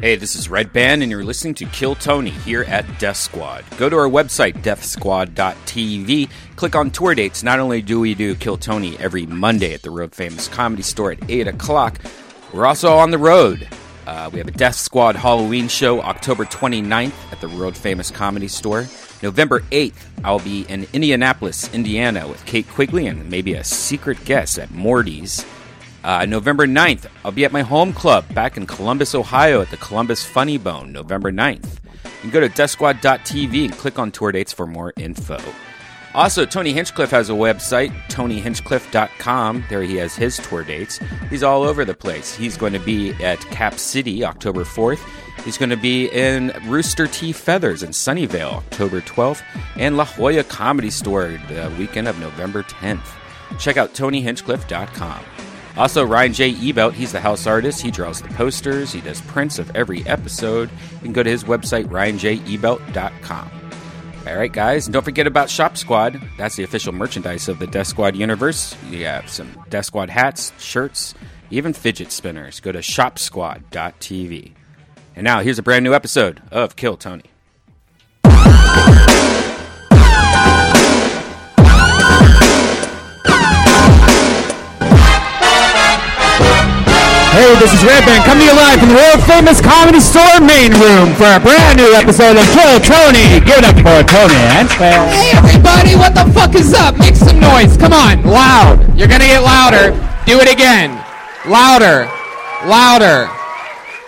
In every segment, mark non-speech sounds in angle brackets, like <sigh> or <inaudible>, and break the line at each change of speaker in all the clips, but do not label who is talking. Hey, this is Red Band, and you're listening to Kill Tony here at Death Squad. Go to our website, deathsquad.tv. Click on tour dates. Not only do we do Kill Tony every Monday at the Road Famous Comedy Store at 8 o'clock, we're also on the road. Uh, we have a Death Squad Halloween show October 29th at the World Famous Comedy Store. November 8th, I'll be in Indianapolis, Indiana with Kate Quigley and maybe a secret guest at Morty's. Uh, November 9th, I'll be at my home club back in Columbus, Ohio at the Columbus Funny Bone, November 9th. You can go to deathsquad.tv and click on tour dates for more info. Also, Tony Hinchcliffe has a website, tonyhinchcliffe.com. There he has his tour dates. He's all over the place. He's going to be at Cap City October 4th. He's going to be in Rooster Tea Feathers in Sunnyvale October 12th and La Jolla Comedy Store the weekend of November 10th. Check out tonyhinchcliffe.com. Also, Ryan J. Ebelt, he's the house artist. He draws the posters, he does prints of every episode. You can go to his website, ryanjebelt.com. All right, guys, and don't forget about Shop Squad. That's the official merchandise of the Death Squad universe. You have some Death Squad hats, shirts, even fidget spinners. Go to shopsquad.tv. And now, here's a brand new episode of Kill Tony.
Hey, this is Red Band coming to you live from the world famous comedy store main room for a brand new episode of Kill Tony. Give it up for Tony and Phil.
Hey everybody, what the fuck is up? Make some noise. Come on, loud. You're gonna get louder. Do it again. Louder. Louder.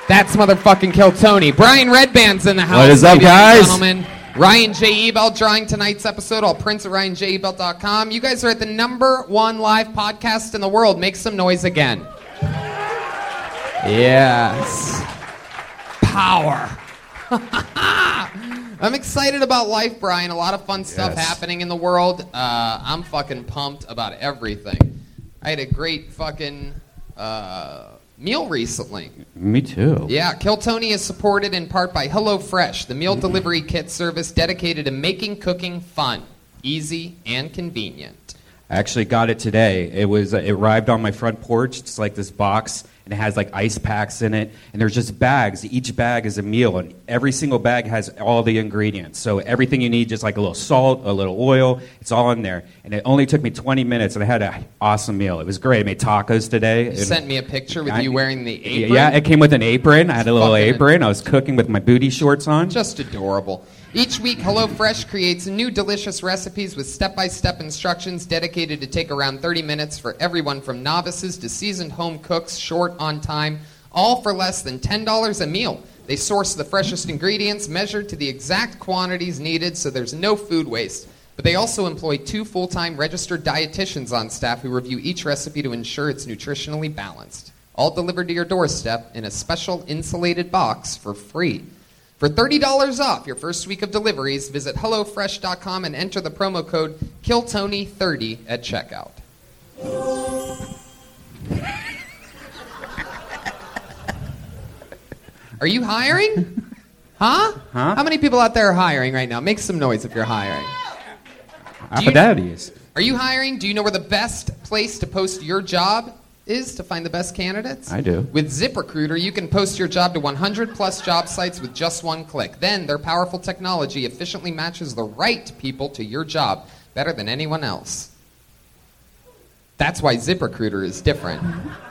That's motherfucking Kill Tony. Brian Redband's in the house.
What is up,
ladies and
guys?
Gentlemen. Ryan J. Ebel drawing tonight's episode. All prints at ryanjebel.com. You guys are at the number one live podcast in the world. Make some noise again. Yes. Power. <laughs> I'm excited about life, Brian. A lot of fun stuff
Yes.
happening in the world. Uh, I'm fucking pumped about everything. I had a great fucking uh, meal recently.
Me too.
Yeah, Kill Tony is supported in part by HelloFresh, the
Mm-hmm.
meal delivery kit service dedicated to making cooking fun, easy, and convenient.
I actually got it today. It was it arrived on my front porch. It's like this box, and it has like ice packs in it. And there's just bags. Each bag is a meal, and every single bag has all the ingredients. So everything you need, just like a little salt, a little oil, it's all in there. And it only took me 20 minutes, and I had an awesome meal. It was great. I made tacos today.
You
and-
sent me a picture with
I-
you wearing the apron.
Yeah, it came with an apron. I had a little
Fucking-
apron. I was cooking with my booty shorts on.
Just adorable. Each week, HelloFresh creates new delicious recipes with step by step instructions dedicated to take around 30 minutes for everyone from novices to seasoned home cooks, short on time, all for less than $10 a meal. They source the freshest ingredients measured to the exact quantities needed so there's no food waste. But they also employ two full time registered dietitians on staff who review each recipe to ensure it's nutritionally balanced. All delivered to your doorstep in a special insulated box for free. For $30 off your first week of deliveries, visit HelloFresh.com and enter the promo code KillTony30 at checkout. Are you hiring?
<laughs>
Huh?
Huh?
How many people out there are hiring right now? Make some noise if you're hiring.
How about that is?
Are you hiring? Do you know where the best place to post your job is to find the best candidates?
I do.
With ZipRecruiter, you can post your job to 100 plus job sites with just one click. Then their powerful technology efficiently matches the right people to your job better than anyone else. That's why ZipRecruiter is different.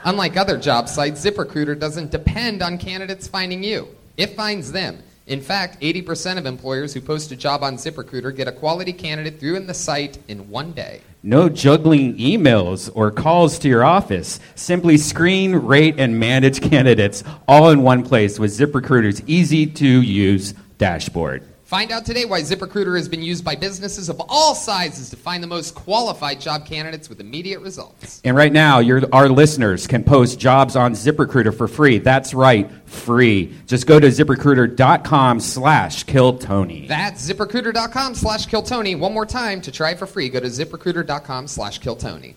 Unlike other job sites, ZipRecruiter doesn't depend on candidates finding you. It finds them. In fact, 80% of employers who post a job on ZipRecruiter get a quality candidate through in the site in one day.
No juggling emails or calls to your office. Simply screen, rate, and manage <laughs> candidates all in one place with ZipRecruiter's easy to use dashboard.
Find out today why ZipRecruiter has been used by businesses of all sizes to find the most qualified job candidates with immediate results.
And right now, your, our listeners can post jobs on ZipRecruiter for free. That's right, free. Just go to ziprecruiter.com slash kill Tony.
That's ziprecruiter.com slash killtony. One more time to try it for free. Go to ziprecruiter.com slash killtony.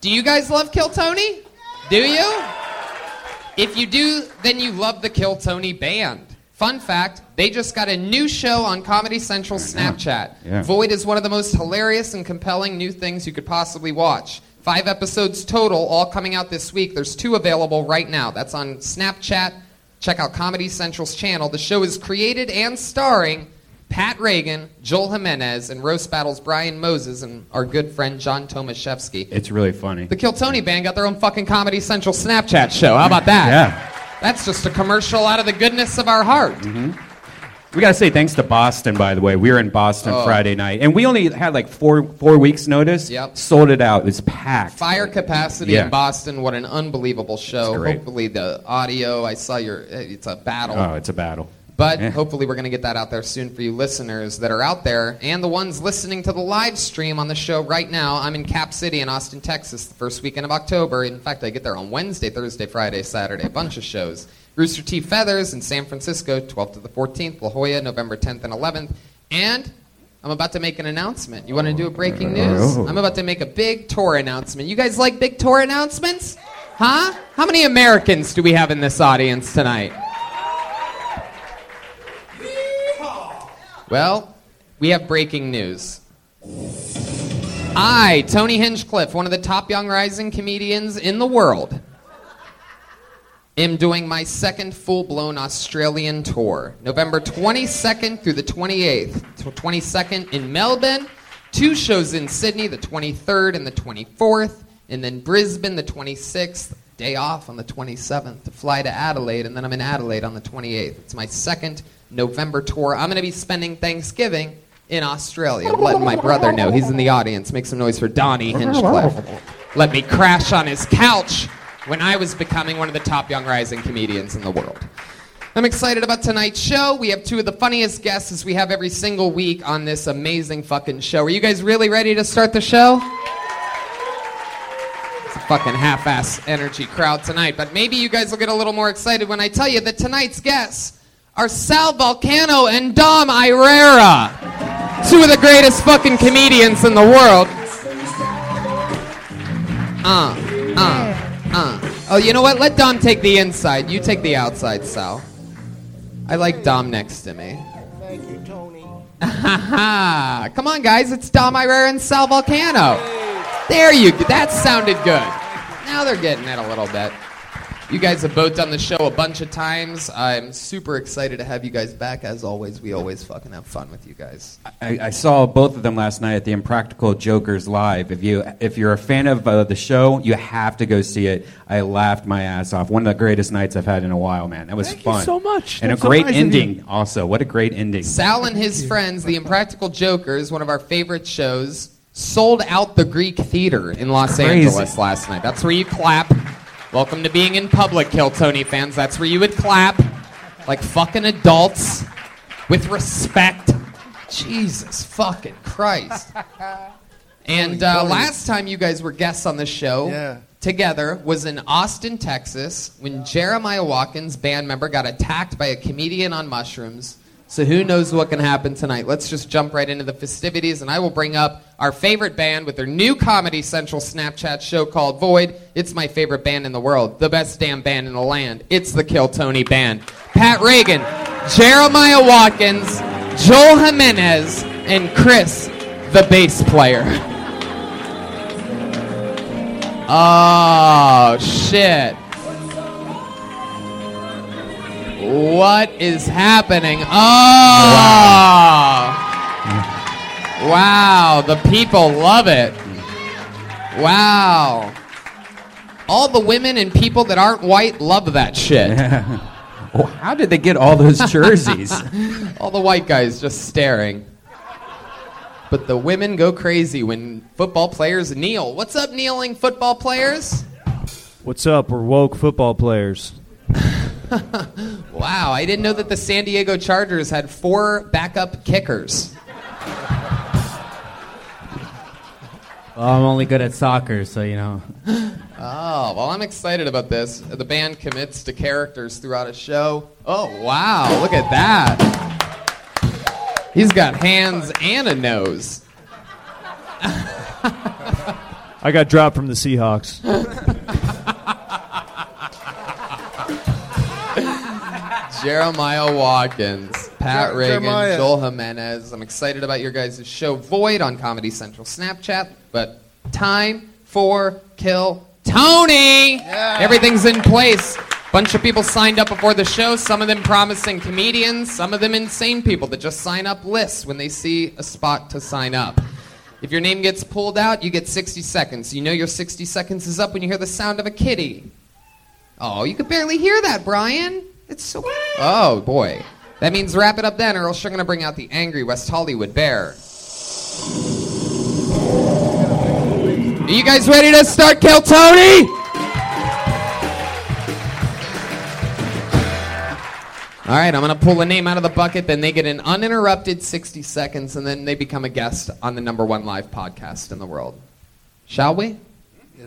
Do you guys love Kill Tony? Do you? If you do, then you love the Kill Tony band. Fun fact, they just got a new show on Comedy Central Snapchat.
Yeah.
Void is one of the most hilarious and compelling new things you could possibly watch. Five episodes total, all coming out this week. There's two available right now. That's on Snapchat Check out Comedy Central's channel. The show is created and starring Pat Reagan, Joel Jimenez, and Roast Battles Brian Moses and our good friend John Tomaszewski.
It's really funny.
The Kill Tony Band got their own fucking Comedy Central Snapchat show. How about that?
Yeah.
That's just a commercial out of the goodness of our heart.
Mm-hmm. We gotta say thanks to Boston, by the way. We were in Boston
Oh.
Friday night, and we only had like four four weeks notice.
Yep.
Sold it out. It was packed.
Fire capacity
Yeah.
in Boston. What an unbelievable show.
It's great.
Hopefully the audio. I saw your. It's a battle.
Oh, it's a battle.
But
Yeah.
hopefully, we're going to get that out there soon for you listeners that are out there and the ones listening to the live stream on the show right now. I'm in Cap City in Austin, Texas, the first weekend of October. In fact, I get there on Wednesday, Thursday, Friday, Saturday, a bunch of shows. Rooster Teeth Feathers in San Francisco, 12th to the 14th, La Jolla, November 10th and 11th. And I'm about to make an announcement. You want to do a breaking news?
Oh.
I'm about to make a big tour announcement. You guys like big tour announcements? Huh? How many Americans do we have in this audience tonight? Well, we have breaking news. I, Tony Hinchcliffe, one of the top young rising comedians in the world, am doing my second full blown Australian tour, November 22nd through the 28th. So 22nd in Melbourne, two shows in Sydney, the 23rd and the 24th, and then Brisbane, the 26th. Day off on the 27th to fly to Adelaide, and then I'm in Adelaide on the 28th. It's my second November tour. I'm going to be spending Thanksgiving in Australia. I'm letting my brother know. He's in the audience. Make some noise for
Oh,
Donnie Hinchcliffe. Let me crash on his couch when I was becoming one of the top young rising comedians in the world. I'm excited about tonight's show. We have two of the funniest guests as we have every single week on this amazing fucking show. Are you guys really ready to start the show? It's a fucking half ass energy crowd tonight, but maybe you guys will get a little more excited when I tell you that tonight's guests are Sal Volcano and Dom Irera, two of the greatest fucking comedians in the world. Uh, uh, uh. Oh, you know what? Let Dom take the inside. You take the outside, Sal. I like Dom next to me.
Thank you, Tony.
Ha Come on, guys. It's Dom Irera and Sal Volcano. There you go. That sounded good. Now they're getting it a little bit. You guys have both done the show a bunch of times. I'm super excited to have you guys back. As always, we always fucking have fun with you guys.
I, I saw both of them last night at the Impractical Jokers live. If you if you're a fan of uh, the show, you have to go see it. I laughed my ass off. One of the greatest nights I've had in a while, man. That was
Thank you
fun.
so much.
And
That's
a
so
great
nice of
ending. Also, what a great ending.
Sal and
<laughs>
his friends, The Impractical Jokers, one of our favorite shows, sold out the Greek Theater in Los
Crazy.
Angeles last night. That's where you clap. Welcome to being in public, Kill Tony fans. That's where you would clap like fucking adults with respect. Jesus fucking Christ. And uh,
Tony.
last time you guys were guests on the show
Yeah.
together was in Austin, Texas, when Jeremiah Watkins, band member, got attacked by a comedian on mushrooms. So who knows what can happen tonight? Let's just jump right into the festivities, and I will bring up our favorite band with their new Comedy Central Snapchat show called Void. It's my favorite band in the world, the best damn band in the land. It's the Kill Tony Band. Pat Reagan, Jeremiah Watkins, Joel Jimenez, and Chris, the bass player. <laughs> Oh shit. What is happening? Oh wow. the people love it. Wow. All the women and people that aren't white love that shit.
Oh, how did they get all those jerseys?
All the white guys just staring. But the women go crazy when football players kneel. What's up, kneeling football players?
What's up? We're woke football players.
Wow, I didn't know that the San Diego Chargers had four backup kickers.
Well, I'm only good at soccer, so you know.
Oh, well, I'm excited about this. The band commits to characters throughout a show. Oh, wow, look at that. He's got hands and a nose.
I got dropped from the Seahawks.
Jeremiah Watkins, Pat
Jer-
Reagan,
Jeremiah.
Joel Jimenez. I'm excited about your guys' show Void on Comedy Central Snapchat, but time for Kill Tony. Everything's in place. Bunch of people signed up before the show, some of them promising comedians, some of them insane people that just sign up lists when they see a spot to sign up. If your name gets pulled out, you get 60 seconds. You know your 60 seconds is up when you hear the sound of a kitty. Oh, you could barely hear that, Brian. It's so. Oh, boy. That means wrap it up then, or else you're going to bring out the angry West Hollywood bear. Are you guys ready to start Kill Tony? All right, I'm going to pull a name out of the bucket, then they get an uninterrupted 60 seconds, and then they become a guest on the number one live podcast in the world. Shall we?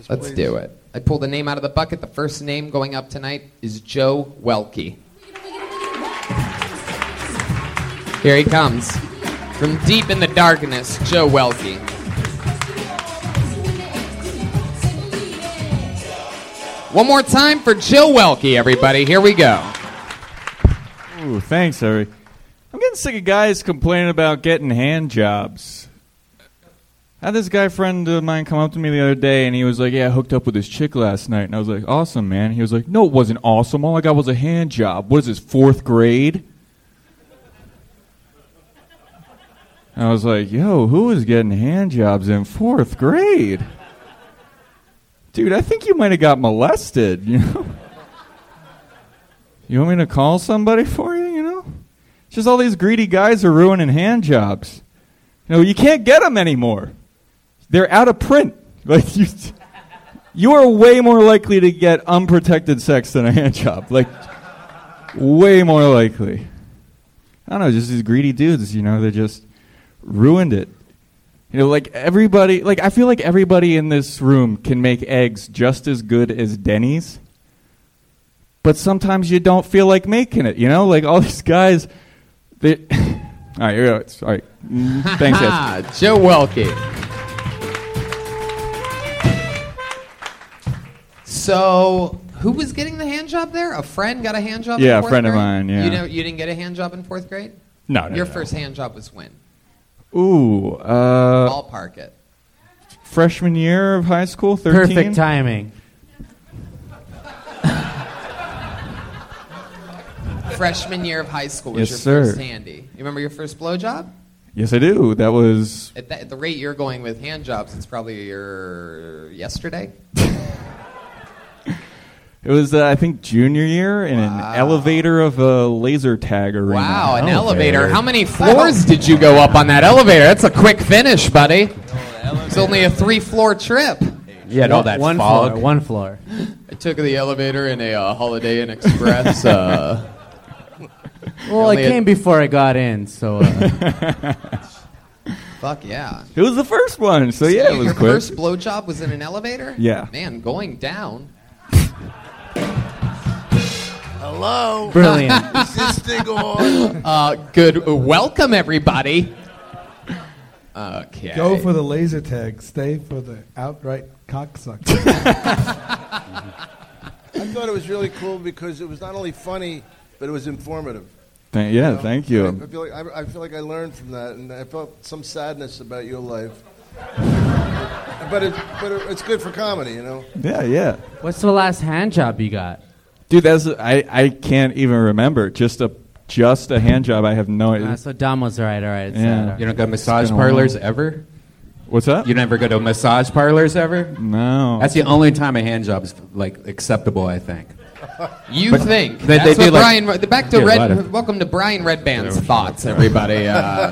Let's do it. I pulled a name out of the bucket. The first name going up tonight is Joe Welke. Here he comes. From deep in the darkness, Joe Welke. One more time for Joe Welke, everybody. Here we go.
Ooh, thanks, Harry. I'm getting sick of guys complaining about getting hand jobs. I had this guy friend of mine come up to me the other day, and he was like, "Yeah, I hooked up with this chick last night," and I was like, "Awesome, man." He was like, "No, it wasn't awesome. All I got was a hand job. What is this fourth grade?" And I was like, "Yo, who is getting hand jobs in fourth grade?" Dude, I think you might have got molested. You know. You want me to call somebody <laughs> for you? You know, It's just all these greedy guys are ruining hand jobs. You know, you can't get them anymore. They're out of print. <laughs> Like you, you are way more likely to get unprotected sex than a hand job. Like, way more likely. I don't know, just these greedy dudes. You know, they just ruined it. You know, like everybody. Like I feel like everybody in this room can make eggs just as good as Denny's but sometimes you don't feel like making it. You know, like all <laughs> these guys. They, <laughs> all right, here we go. It's- all right. Mm, Thanks, guys.
Ah, <laughs> Joe Welke. So, who was getting the hand job there? A friend got a hand job.
Yeah,
in
a
fourth
friend of
grade?
mine, yeah.
you know, you didn't get a hand job in fourth grade.
No, no,
Your
no.
first hand job was when?
Ooh, uh,
Ballpark it.
freshman year of high school, thirteen.
Perfect timing.
Freshman year of high school was
Yes,
your
sir.
first handy. You remember your first blowjob?
Yes, I do. That was
At, that, at the rate you're going with hand jobs, it's probably your yesterday.
it was uh, I think junior year in an elevator of a laser tag arena.
Wow, an elevator. How many floors did you go up on that elevator? That's a quick finish, buddy. It's only a three-floor trip.
Yeah, all that
one
fog.
floor. One floor.
I took the elevator in a uh, Holiday Inn Express. Uh,
Well, it
Only a-
came before I got in, so uh,
fuck yeah.
It was the first one, so yeah, it was
Your
quick.
first blowjob was in an elevator?
Yeah.
Man, going down.
Hello?
brilliant.
<laughs> Is this thing on?
Uh, good. Welcome, everybody. Okay.
Go for the laser tag. Stay for the outright
<laughs>
cocksucker.
I thought it was really cool because it was not only funny, but it was informative.
Thank- yeah, thank
I, I
you.
feel like, I, I feel like I learned from that, and I felt some sadness about your life. but it, but it, it's good for comedy, you know.
Yeah, yeah.
What's the last hand job you got?
Dude, that's I, I can't even remember. Just a just a hand job. I have no
Uh,
idea.
so Dom was right. All right. It's uh,
Yeah.
not-
You don't go to massage
been a while.
parlors ever?
What's up?
You never go to massage parlors ever?
No.
That's the only time a hand job is like acceptable, I think.
You think.
they-
That's
they
what
do, like-
Brian. back to
Yeah,
Red.
right of-
welcome to Brian Redband's thoughts, everybody. Uh,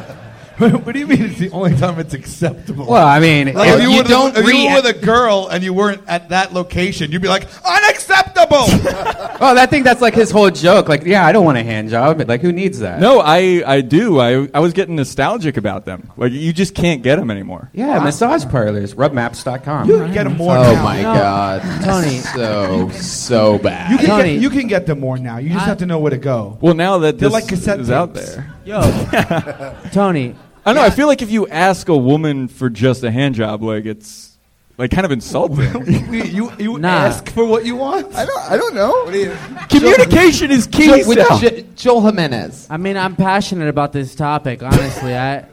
what do you mean? It's the only time it's acceptable.
Well, I mean,
Like, if
if-
you,
you
were,
don't
don't if you were
react-
with a girl and you weren't at that location, you'd be like,
<laughs>
unacceptable.
well, Oh, I think that's like his whole joke. Like, yeah, I don't want a hand job, but like, who needs that?
No, I, I do. I, I was getting nostalgic about them. Like, you just can't get them anymore.
Yeah, massage parlors, rubmaps.com.
you can get them more
oh
now.
my God,
Tony.
so so bad.
You can,
Tony.
get, you can get them more now. You just have to know where to go.
Well, now that
They're
this
like cassette
is out
tapes.
there. <laughs>
Tony,
I don't know. I feel like if you ask a woman for just a hand job, like, it's like kind of insulting.
<laughs> you you
Nah.
ask for what you want.
I, don't, I don't know.
What do you?
Communication is key
Joel, with
stuff.
Jo- Joel Jimenez.
I mean, I'm passionate about this topic. Honestly, I,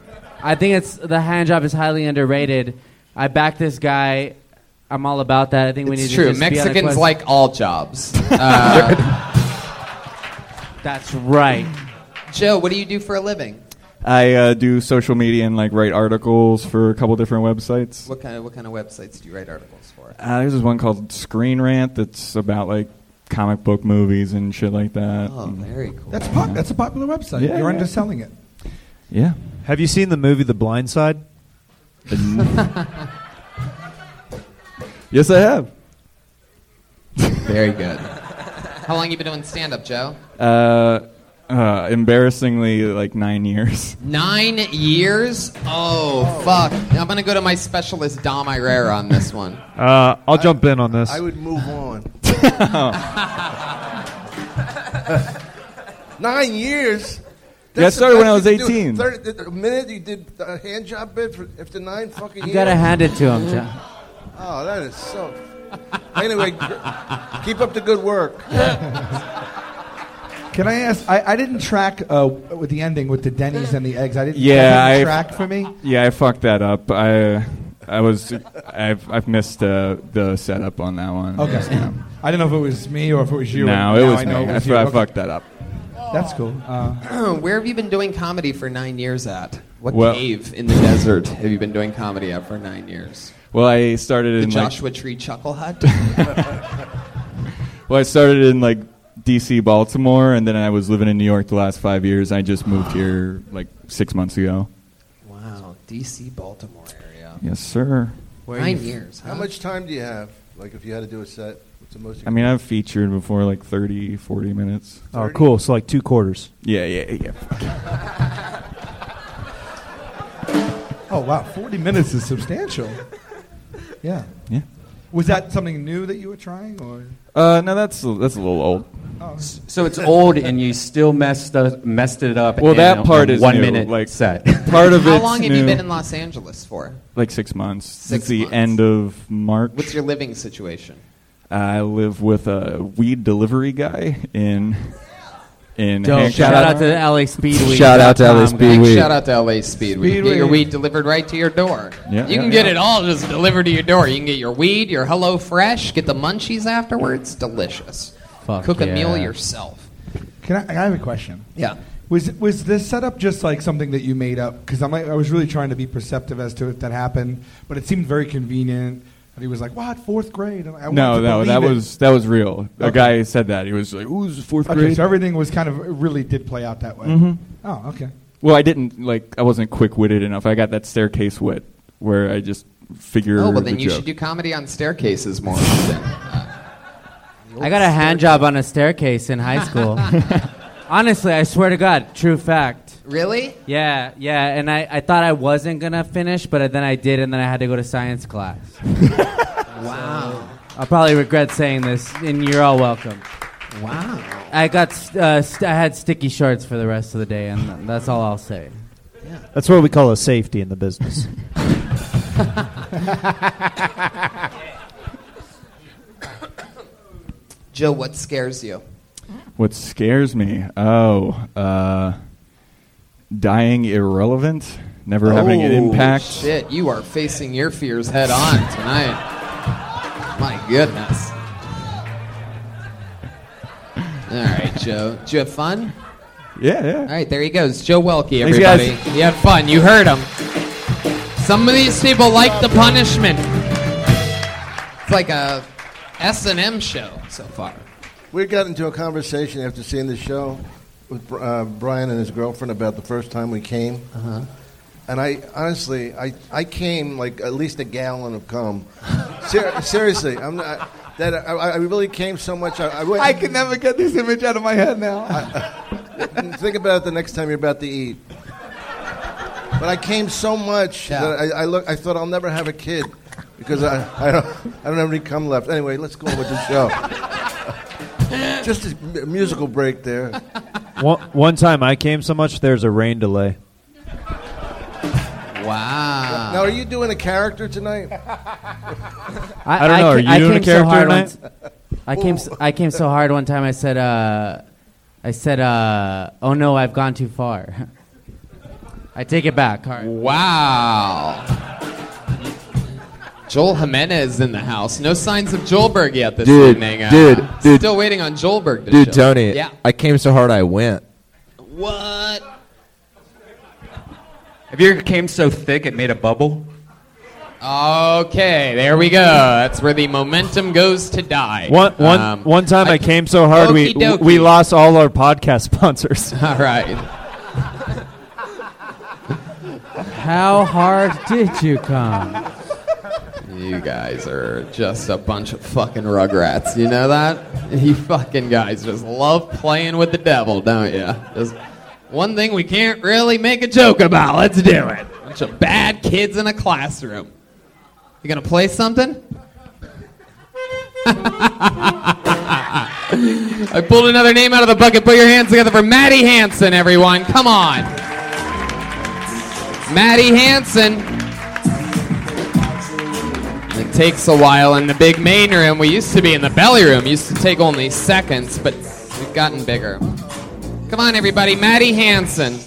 I think it's the hand job is highly underrated. I backed this guy I'm all about that. I think we need
It's
to
true.
just be on a
Mexicans
quest-
like all
<laughs>
jobs. Uh,
That's right.
Joe, what do you do for a living?
I uh, do social media and like write articles for a couple different websites.
What kind of what kind of websites do you write articles for?
Uh, there's this one called Screen Rant that's about like comic book movies and shit like that.
Oh,
And-
very cool.
That's pop, that's a popular website.
Yeah, yeah.
You're underselling it.
<laughs> yeah.
Have you seen the movie The Blind Side?
<laughs> Yes, I have.
very good. How long you been doing stand up, Joe?
<laughs> Uh, uh, embarrassingly, like nine years.
Nine years? Oh, fuck. I'm going to go to my specialist, Dom Irera, on this one.
Uh, I'll jump in on this.
I would move on.
<laughs>
<laughs>
Nine years.
Yeah, I
That's the
started when
best
I was
you could do.
18.
Thirty- the minute you did a hand job bid for after nine fucking
You
years.
gotta hand it to him, John.
Oh, that is so. Anyway, gr- keep up the good
<laughs>
work.
Can I ask? I, I didn't track uh, with the ending with the Denny's and the eggs. I didn't.
Yeah,
that didn't
I-
track for me.
Yeah, I fucked that up. I, I was, I've, I've missed uh, the setup on that one.
Okay. I didn't know if it was me or if it was you.
No,
and
it
now
was
I
me.
know it
That's
you.
why I
Okay.
fucked that up.
That's cool.
<clears throat>
Uh,
Where have you been doing comedy for nine years at? What
Well-
cave in the desert have you been doing comedy at for nine years?
Well, I started
The
in like,
Joshua Tree Chuckle
<laughs>
Hut?
well, I started in like D.C., Baltimore, and then I was living in New York the last five years. I just moved here like six months ago.
wow, D.C., Baltimore area.
Yes, sir.
Nine years. Huh?
How much time do you have? Like, if you had to do a set, what's the most?
I mean, I've featured before like 30, 40 minutes.
Oh, cool. So like two quarters.
Yeah, yeah, yeah. <laughs>
oh wow, forty minutes is substantial. Yeah.
Yeah.
Was that something new that you were trying, or
Uh, no, that's that's a little old.
So it's old, and you still messed up, messed it up.
Well,
in
that
a-
part
a
is
one
new,
minute
like-
set.
Part of it.
How
it's
long have
new.
you been in Los Angeles for?
Like six months. Since
Six
the
months.
end of March.
What's your living situation?
I live with a weed delivery guy in in
Dope.
Hancock.
Shout out to LA Speedweed.
Shout out to LA
Big
Speedweed. Weed.
shout out to LA Speedweed. Get your
Speedweed.
weed delivered right to your door.
Yeah,
you
yeah,
can get
yeah.
it all just delivered to your door. You can get your weed, your Hello Fresh, get the munchies afterwards. Delicious.
Fuck
Cook a
yeah.
meal yourself.
can I, I have a question?
Yeah.
Was was this setup just like something that you made up? Because I'm like, I was really trying to be perceptive as to if that happened, but it seemed very convenient. And he was like, "What fourth grade?" And I wanted
No,
to
no, that
believe it.
was that was real. A
Okay.
guy said that he was like, "Who's fourth
Okay,
grade?" Mm-hmm.
so everything was kind of it really did play out that way. Oh, okay.
well, I didn't like I wasn't quick witted enough. I got that staircase wit where I just figure.
Oh well, then
the
you
joke.
should do comedy on staircases more often.
I got a hand job on a staircase in high school. Honestly, I swear to God, true fact.
really?
Yeah, yeah, and I, I thought I wasn't gonna finish, but then I did, and then I had to go to science class.
<laughs> Wow.
I'll probably regret saying this, and you're all welcome.
Wow.
I got st- uh, st- I had sticky shorts for the rest of the day, and that's all I'll say.
<laughs> That's what we call a safety in the
<laughs>
business.
Joe, what scares you?
What scares me? Oh, uh, dying irrelevant, never having an
Oh, <laughs>
impact.
Shit, you are facing your fears head on tonight. My goodness. All right, Joe. Did you have fun?
Yeah, yeah.
All right, there he goes. Joe Welke,
Thanks,
everybody.
guys.
He had fun. You heard him. Some of these people like the punishment. It's like a S&M show so far.
We got into a conversation after seeing the show with Br- uh, Brian and his girlfriend about the first time we came. Uh-huh. And I honestly, I, I came like at least a gallon of cum. Ser- seriously, I'm not, that I, I really came so much. I, I, went,
I can never get this image out of my head now.
Think about it the next time you're about to eat. But I came so much
Yeah.
that I, I look. I thought I'll never have a kid because I, I don't I don't have any cum left. Anyway, let's go on with the show. Just a mu- musical break there.
one, one time I came so much, there's a rain delay.
Wow.
Ah.
Now, are you doing a character tonight?
I,
don't know, are
ca-
you doing a
came
character
hard
tonight?
once- I came. s- I came so hard one time. I said. Uh, I said. Uh, oh no, I've gone too far. <laughs> I take it back. All right.
Wow. Joel Jimenez in the house. No signs of Joelberg yet this
Dude,
evening. Uh,
dude, dude.
Still waiting on Joelberg to
Dude,
show up.
Tony,
Yeah.
I came so hard I went.
What?
Have you ever came <laughs> so thick it made a bubble?
Okay, there we go. That's where the momentum goes to die.
One one
Um,
one time I, came so hard we
Okey-dokey.
we lost all our podcast <laughs> sponsors.
<laughs> All right.
How hard did you come?
You guys are just a bunch of fucking rugrats. You know that? You fucking guys just love playing with the devil, don't you? Just one thing we can't really make a joke about. Let's do it. Bunch of bad kids in a classroom. You gonna play something? <laughs> I pulled another name out of the bucket. Put your hands together for Maddie Hansen, everyone. Come on. Maddie Hansen. It takes a while in the big main room. We used to be in the belly room. Used to take only seconds, but we've gotten bigger. Come on, everybody. Maddie Hansen.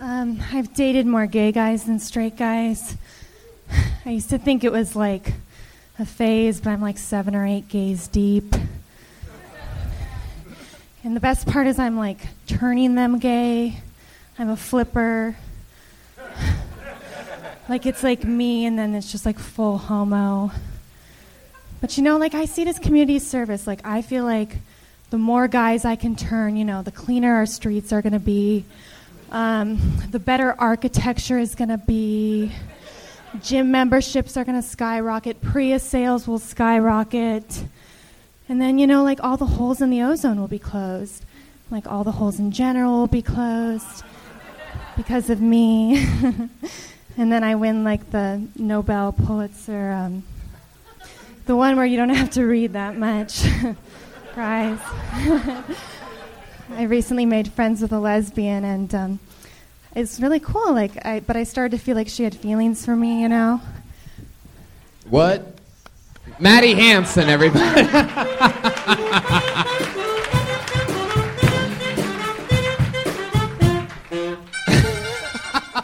Um, I've dated more gay guys than straight guys. <sighs> I used to think it was like a phase, but I'm like seven or eight gays deep. And the best part is I'm like turning them gay. I'm a flipper. <sighs> like it's like me, and then it's just like full homo. But you know, like I see it as community service. Like I feel like the more guys I can turn, you know, the cleaner our streets are going to be, um, the better architecture is going to be. Gym memberships are going to skyrocket. Prius sales will skyrocket. And then, you know, like all the holes in the ozone will be closed. Like all the holes in general will be closed because of me. <laughs> and then I win like the Nobel Pulitzer, um, the one where you don't have to read that much <laughs> prize. <laughs> I recently made friends with a lesbian, and um, it's really cool. Like, I, but I started to feel like she had feelings for me, you know.
What? Maddie Hansen, everybody. <laughs>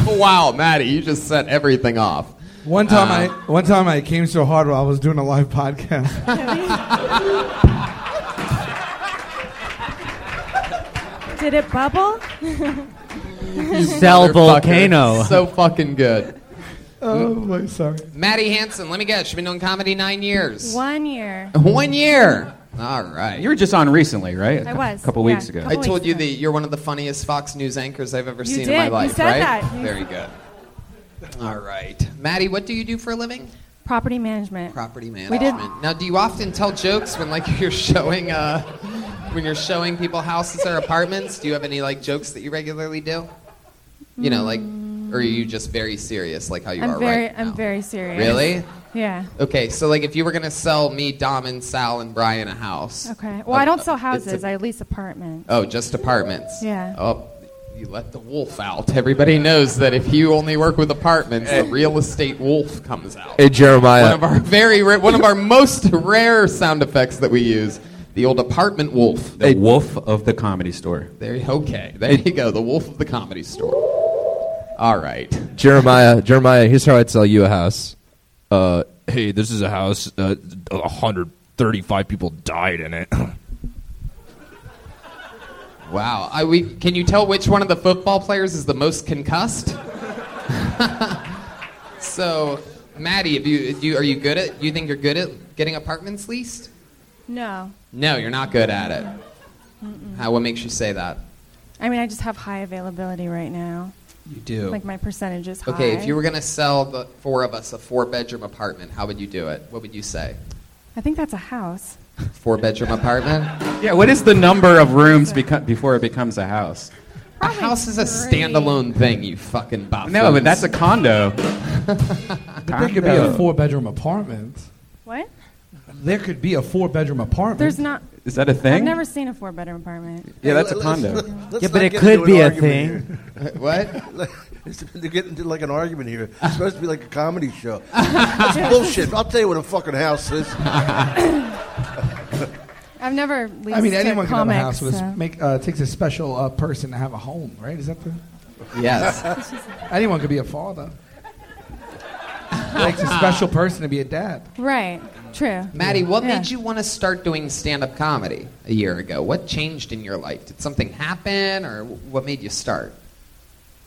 wow, Maddie, you just set everything off.
One time,
Uh,
I one time I came so hard while I was doing a live <laughs> podcast.
<laughs> Did it bubble? <laughs>
Cell
Motherfucker.
volcano.
So fucking good.
oh, my, sorry.
Maddie Hansen, let me guess. She's been doing comedy nine years.
One year.
One year. All right.
You were just on recently, right?
I was,
A couple
yeah.
weeks ago.
I
Couple
told
weeks
you
ago.
that you're one of the funniest Fox News anchors I've ever
You
seen in my
did. You
life,
said
right?
that. You-
Very good. All right. Maddie, what do you do for a living?
Property management.
Property
We
management.
did-
Now, do you often tell jokes when like <laughs> you're showing uh, when you're showing people houses or apartments? Do you have any like jokes that you regularly do? You know, like or are you just very serious like how you
Mm. I'm
are
very,
right now?
I'm very serious.
Really?
Yeah.
Okay, so like if you were going to sell me, Dom and Sal and Brian a house.
Okay. Well, I don't sell
It's a-
houses. I lease apartments.
Oh, just apartments.
Yeah.
Oh, you let the wolf out. Everybody knows that if you only work with apartments, the real estate wolf comes out.
Hey,
One
Jeremiah.
of our very rare, one of our most rare sound effects that we use, the old apartment wolf.
The wolf of the comedy store.
There, you- okay, there you go. The wolf of the comedy store. All right.
Jeremiah, Jeremiah, here's how I'd sell you a house. Uh, hey, this is a house. Uh, 135 people died in it. <laughs>
Wow. I, we, can you tell which one of the football players is the most concussed? <laughs> so, Maddie, have you, do you, are you good at? You think you're good at getting apartments leased?
No.
No, you're not good at it. How? What makes you say that?
I mean, I just have high availability right now.
You do.
Like my percentage is high.
okay, if you were gonna sell the four of us a four-bedroom apartment, how would you do it? What would you say?
I think that's a house.
Four-bedroom apartment.
Yeah, what is the number of rooms beco- before it becomes a house?
A house is a standalone thing. You fucking buffoons.
No, but that's a condo.
There could be a four-bedroom apartment.
What?
There could be a four-bedroom apartment.
There's not.
Is that a thing?
I've never seen a four-bedroom apartment.
yeah, that's a
Let's-
condo.
let's- let's
Yeah, but
not
it
get
could
into an
be a
argument
thing.
here.
what.
Like, <laughs> It's they're getting into like an argument here.
<laughs>
It's supposed to be like a comedy show. That's bullshit. I'll tell you what a fucking house
<laughs>
is.
I've never. Leased
I mean, anyone
to
can have a
comics,
house. But it's
so.
make, uh, it takes a special uh, person to have a home, right? Is that the? Yes. <laughs> Anyone could be a father. Like a special person to be a dad.
Right. True.
Maddie, what
Yeah.
made you want to start doing stand up comedy a year ago? What changed in your life? Did something happen or what made you start?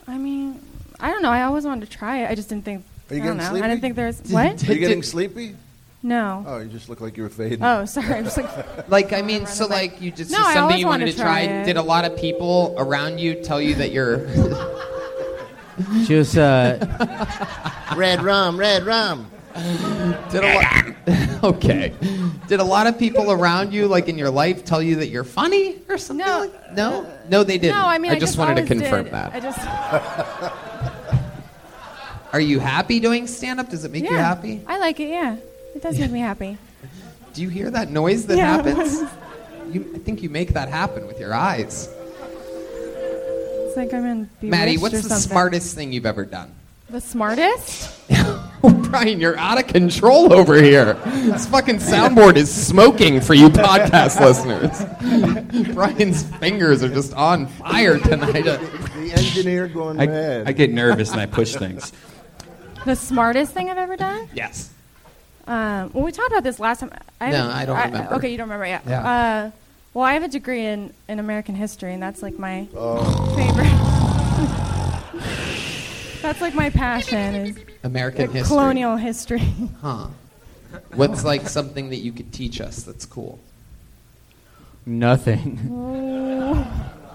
I mean, I don't know. I always wanted to try it. I just didn't think.
Are you
I
getting
don't know.
sleepy?
I didn't think there was what.
Are <laughs> you getting sleepy?
No.
Oh, you just look like you were fading.
Oh, sorry. I'm just like.
Like, I mean, so like you just
No,
it's
I
something
always
you wanted
wanted
to
to
try.
try it.
Did a lot of people around you tell you that you're <laughs>
She was uh,
<laughs> red rum, red rum.
Did a lot, <laughs> okay. Did a lot of people around you, like in your life, tell you that you're funny or something? No. Like, no. No, they didn't.
No, I mean, I,
just, wanted to
always
confirm
did.
that.
I just.
Are you happy doing stand up? Does it make
yeah.
you happy?
I like it. Yeah. It does make me happy.
Do you hear that noise that
Yeah. <laughs>
happens? You, I think you make that happen with your eyes.
It's like I'm in. Bewitched
Maddie,
or
what's the
something.
smartest thing you've ever done? <laughs>
The smartest?
Brian, you're out of control over here. This fucking soundboard is smoking for you
<laughs>
podcast listeners. <laughs> Brian's fingers are just on fire
<laughs>
tonight.
<laughs>
The engineer going
I,
mad.
I get nervous and I push things.
The smartest thing I've ever done?
Yes.
Um, well, we talked about this last time.
No,
haven't-
I don't remember.
Okay, you don't remember yet.
Yeah.
Uh, well, I have a degree in, in American history, and that's like my
Oh.
favorite. <laughs> that's like my passion is
American
the
history.
colonial history. <laughs>
Huh. What's like something that you could teach us that's cool? <laughs>
nothing.
Ooh.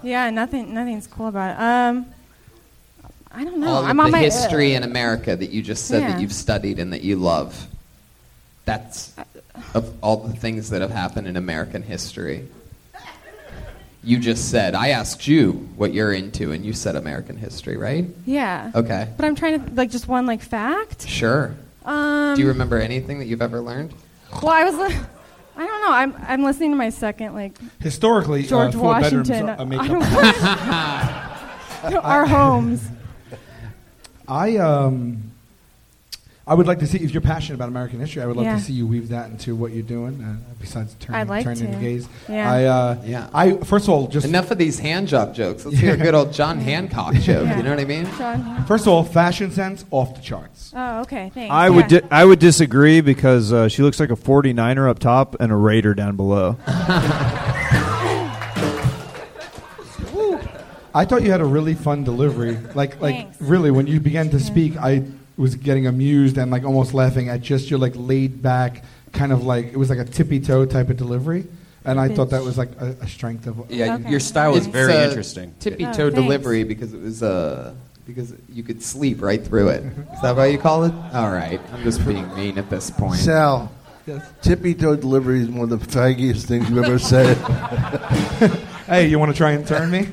yeah, nothing. Nothing's cool about it. Um, I don't know.
All
I'm
of
on
the
my uh,
history in America that you just said
Yeah.
that you've studied and that you love. That's of all the things that have happened in American history. You just said I asked you what you're into, and you said American history, right?
Yeah.
Okay.
But I'm trying to like just one like fact.
Sure.
Um,
Do you remember anything that you've ever learned?
Well, I was. li- <laughs> I don't know. I'm I'm listening to my second like
Historically, uh,
George
four
Washington.
bedrooms are- are
<laughs> I
made
don't-
<laughs>
<laughs>
up.
Our homes.
I um, I would like to see if you're passionate about American history. I would love
Yeah.
to see you weave that into what you're doing. Uh, besides turning,
I'd like
turning
to.
gays.
Yeah.
I uh,
yeah.
I first of all just
enough of these hand job jokes. Let's hear a good old
<laughs>
John Hancock joke. You know what I mean?
John.
First of all, fashion sense off the charts.
Oh, okay. Thanks.
I
Yeah.
would di- I would disagree because uh, she looks like a 49er up top and a Raider down below.
I thought you had a really fun
<laughs>
delivery. Like like really when you began to speak, I was getting amused and like almost laughing at just your like laid back kind of like it was like a tippy toe type of delivery. And I thought that was like a, a strength of
Yeah, Okay. your style is
It's,
very
uh,
interesting.
Tippy
Oh,
toe
thanks.
delivery because it was uh, because you could sleep right through it. Is that what you call it? All right, I'm just being mean at this point.
Sal, tippy toe delivery is one of the faggiest things you've ever said.
hey, you want to try and turn
<laughs>
me?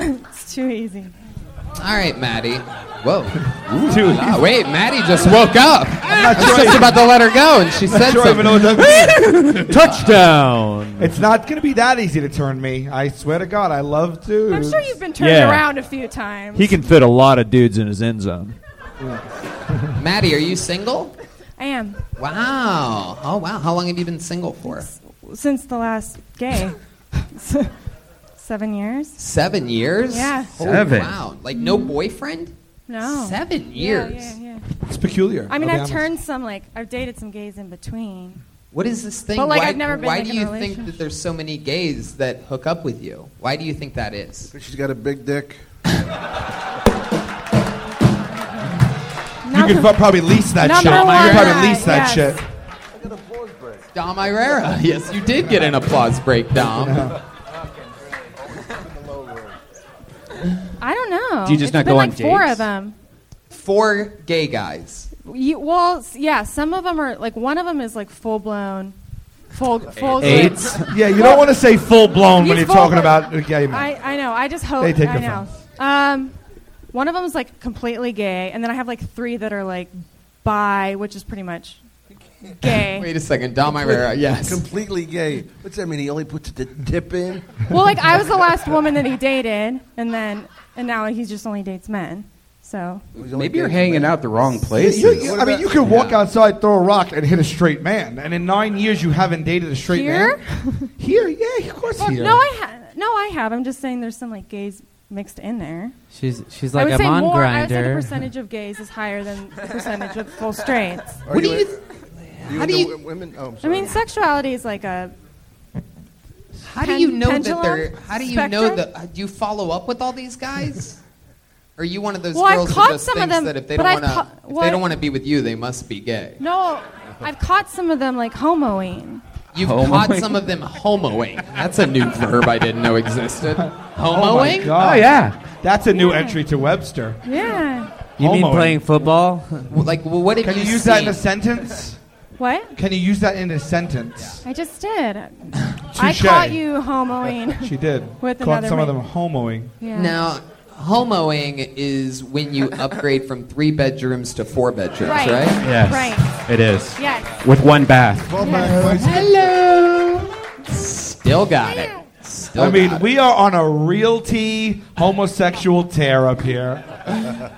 it's too easy.
All right, Maddie. Whoa. Ooh, ah, wait, Maddie just woke up. I was just about to let her go, Oh, and she said
sure I even
something.
know what
<laughs>
that <laughs> means.
Touchdown.
It's not going to be that easy to turn me. I swear to God, I love to.
I'm sure you've been turned
Yeah.
around a few times.
He can fit a lot of dudes in his end zone.
Maddie, are you single?
I am
Wow. Oh, wow. How long have you been single for?
since the last gay. <laughs> Seven years.
Seven years?
Yeah.
Holy
Seven.
Wow. Like, no boyfriend?
No.
Seven
Yeah,
years.
yeah, yeah.
It's peculiar.
I mean,
I'll be
I've
honest.
turned some like I've dated some gays in between.
What is this thing?
But like
why,
I've never been
Why
like,
do
in a
you think that there's so many gays that hook up with you? Why do you think that is?
She's got a big dick.
You could fu- probably lease that
Number
shit. You
one.
could probably lease
Yes.
that shit.
Dom Irera. <laughs> Yes, you did get an applause break, Dom.
I don't know.
Do you just
It's
not
been,
go
like
on
four
dates?
of them.
Four gay guys.
You, well, s- yeah, some of them are like one of them is like full blown, full full <laughs>
yeah, you don't want to say full blown when
He's
you're talking
full blown.
about uh, a gay man.
I, I know. I just hope.
They take
I know.
offense.
Um, one of them is like completely gay, and then I have like three that are like bi, which is pretty much
<laughs>
gay.
Wait a second, Dom Irera. Yes.
Completely gay. What's that mean? He only puts the dip in?
well, like I was the last woman that he dated, and then and now he just only dates men. So
Maybe you're hanging out the wrong place.
uh, You- you- I mean, you could walk outside, throw a rock, and hit a straight man. And in nine years, you haven't dated a straight
Here?
<laughs>
man. Here, yeah, of course
Well,
here.
no, I ha- no, I have. I'm just saying there's some like gays mixed in there.
She's she's
I
like
would
a
say
mon
more, I would say the
grinder.
percentage of gays is higher than the percentage of
<laughs>
full straights.
Are What do you you- You
How
into
do you-
w- women? Oh, I'm
I
sorry.
mean, sexuality is like a.
How do
pen-
you know
pendulum
that they're? How do you know
spectrum?
that? uh, Do you follow up with all these guys? Are you one of those
Well, I've
girls who
caught
just
some of
thinks
them,
that if they
but
don't
I've
want to,
caught-
if
what-
they don't want to be with you, they must be gay?
No, I've caught some of them like homoing.
You've
Homoing?
caught some of them homoing. That's a new verb I didn't know existed.
Oh, my
Homoing?
God. That's a new
Yeah.
entry to Webster.
<laughs> Yeah.
You mean
Homoing.
playing football?
like, what
Can you, use that in a sentence?
What?
Can you use that in a sentence?
I just did. I
Touche.
caught you homoing.
She did.
With
Caught
another
some of
man.
them homoing.
Yeah.
Now, homoing is when
<laughs>
you upgrade from three bedrooms to four bedrooms, right?
Right.
Yes.
Right.
It is.
Yes.
With one bath.
Hello. Still got it. Still
I mean,
got it.
we are on a realty homosexual tear up here.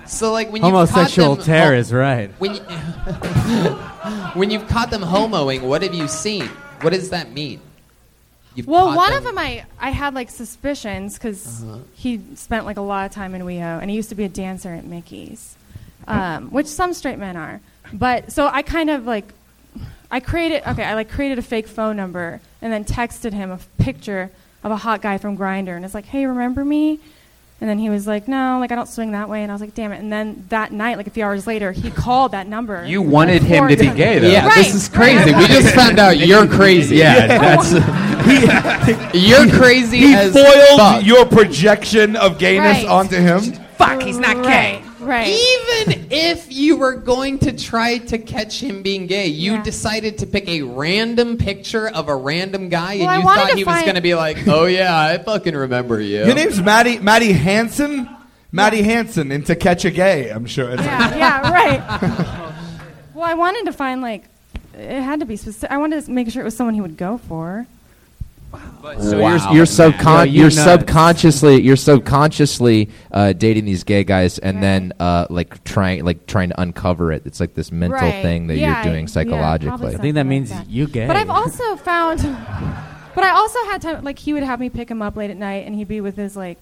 So, like, when
Homosexual
you've caught them,
tear is right.
When, you, <laughs> when you've caught them homoing, what have you seen? What does that mean? You've
Well,
caught
one
them-
of them I, I had like suspicions because
Uh-huh.
he spent like a lot of time in WeHo and he used to be a dancer at Mickey's, um, which some straight men are. But so I kind of like, I created, okay, I like created a fake phone number and then texted him a f- picture of a hot guy from Grinder and it's like, hey, remember me? And then he was like, no, like I don't swing that way. And I was like, damn it. And then that night, like a few hours later, he called that number.
You wanted him to be gay, though.
Yeah, this is crazy. We just found
<laughs>
out you're <laughs> crazy.
Yeah, <laughs>
that's-
<laughs> you're crazy
He
as
foiled
fuck.
your projection of gayness
Right.
onto him.
Fuck, he's not
gay. Right.
Even if you were going to try to catch him being gay, you decided to pick a random picture of a random guy,
Well, I
and you
wanted
thought
to
he was
find-
going to be like, <laughs> "Oh yeah, I fucking remember you."
Your name's Maddie Maddie Hanson. Maddie Hanson in To Catch a Gay. I'm sure. It's
<laughs>
yeah, yeah, right. well, I wanted to find like it had to be specific. I wanted to make sure it was someone he would go for.
So
Wow.
you're, you're, subcon-
Yo, you
you're
nuts.
subconsciously you're subconsciously uh, dating these gay guys and then uh, like trying like trying to uncover it. It's like this mental
Right.
thing that
Yeah,
you're doing
yeah,
psychologically.
probably
I think that means you gay.
But I've also found, <laughs> but I also had time like he would have me pick him up late at night, and he'd be with his like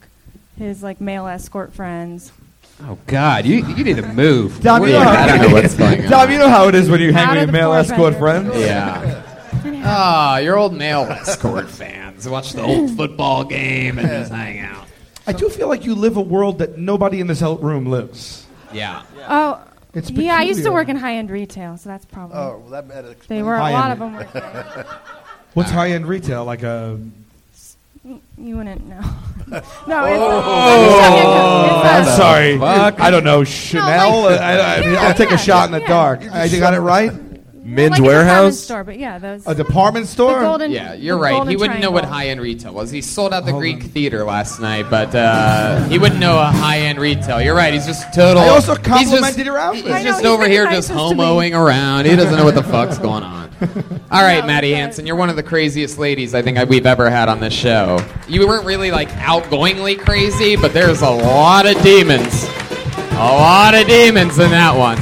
his like male escort friends.
Oh God, you you need to
<laughs>
move.
Dom, you know how-
I don't know what's going on.
Dom, you know how it is when you hang
Out
with
of
your
the
male
four
escort
vendors.
friends.
Yeah. Ah, your old male escort fans watch the
<laughs>
old football game and just hang out.
I do feel like you live a world that nobody in this hell room lives.
Yeah.
Oh,
It's
yeah. I used to
peculiar.
work in high end retail, so that's probably.
Oh, well, that better explain.
They were a lot of them were.
What's high end retail like a?
You wouldn't know. no, it's, oh,
Uh, I'm sorry.
fuck?
I don't know Chanel.
like-
I, I, I mean,
Yeah,
I'll take
yeah,
a shot in the
yeah.
dark. I got it right.
Men's
like a department
warehouse.
store, but yeah, those.
A department store.
The golden-
Yeah, you're
the
right.
golden
He wouldn't know what
triangle.
high end retail was. He sold out the Greek theater last night, but uh, he wouldn't know a high end retail. You're right. He's just <laughs> total.
I also
he's just-
complimented your outfit.
He's
I know,
just
he's
over
the
here just
nicest to me.
homoing around. He
<laughs>
doesn't know what the fuck's going on. All right, Maddie Hanson, you're one of the craziest ladies I think I- we've ever had on this show. You weren't really like outgoingly crazy, but there's a lot of demons. A lot of demons in that one.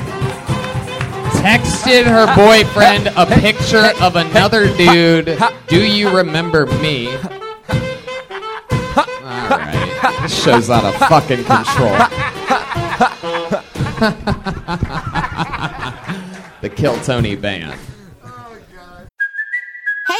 Texted her boyfriend a picture of another dude. Do you remember me? Alright. This show's out of fucking control. <laughs> the Kill Tony Band.
Hey,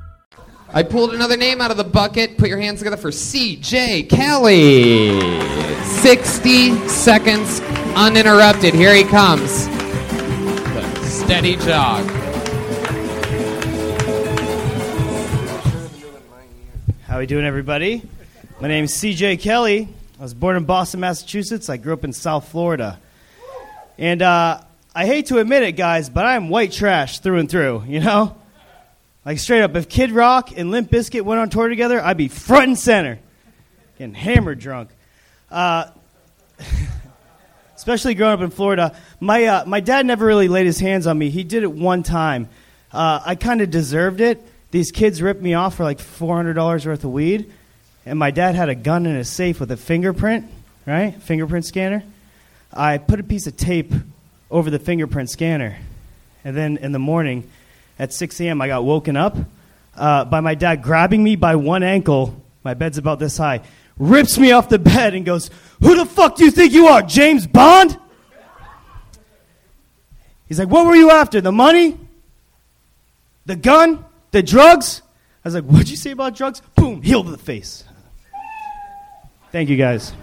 I pulled another name out of the bucket. Put your hands together for CJ Kelly. 60 seconds uninterrupted. Here he comes. The steady jog.
How we doing, everybody? My name's C.J. Kelly. I was born in Boston, Massachusetts. I grew up in South Florida, and uh, I hate to admit it, guys, but I'm white trash through and through. You know, like straight up. If Kid Rock and Limp Bizkit went on tour together, I'd be front and center, getting hammered drunk. Uh, especially growing up in Florida. My, uh, my dad never really laid his hands on me. He did it one time. Uh, I kind of deserved it. These kids ripped me off for like $400 worth of weed, and my dad had a gun in his safe with a fingerprint, right? Fingerprint scanner. I put a piece of tape over the fingerprint scanner. And then in the morning at 6 a.m., I got woken up uh, by my dad grabbing me by one ankle. My bed's about this high. Rips me off the bed and goes, Who the fuck do you think you are, James Bond? He's like, What were you after? The money? The gun? The drugs? I was like, What'd you say about drugs? Boom, heel to the face. Thank you guys.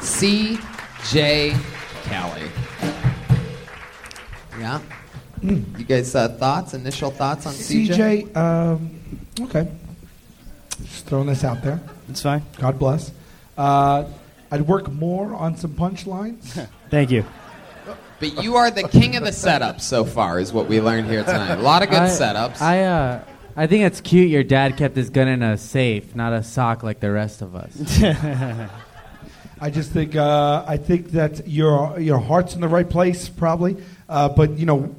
C. J. Kelly. Yeah. You guys, uh, thoughts? Initial thoughts on CJ?
CJ, um, okay. Just throwing this out there.
It's fine.
God bless. Uh, I'd work more on some
<laughs>
punchlines.
Thank you.
But you are the king of the setups so far, is what we learned here tonight. A lot of good
I-
setups.
I uh, I think it's cute. Your dad kept his gun in a safe, not a sock like the rest of us.
I just think uh, I think that your your heart's in the right place, probably. Uh, but you know,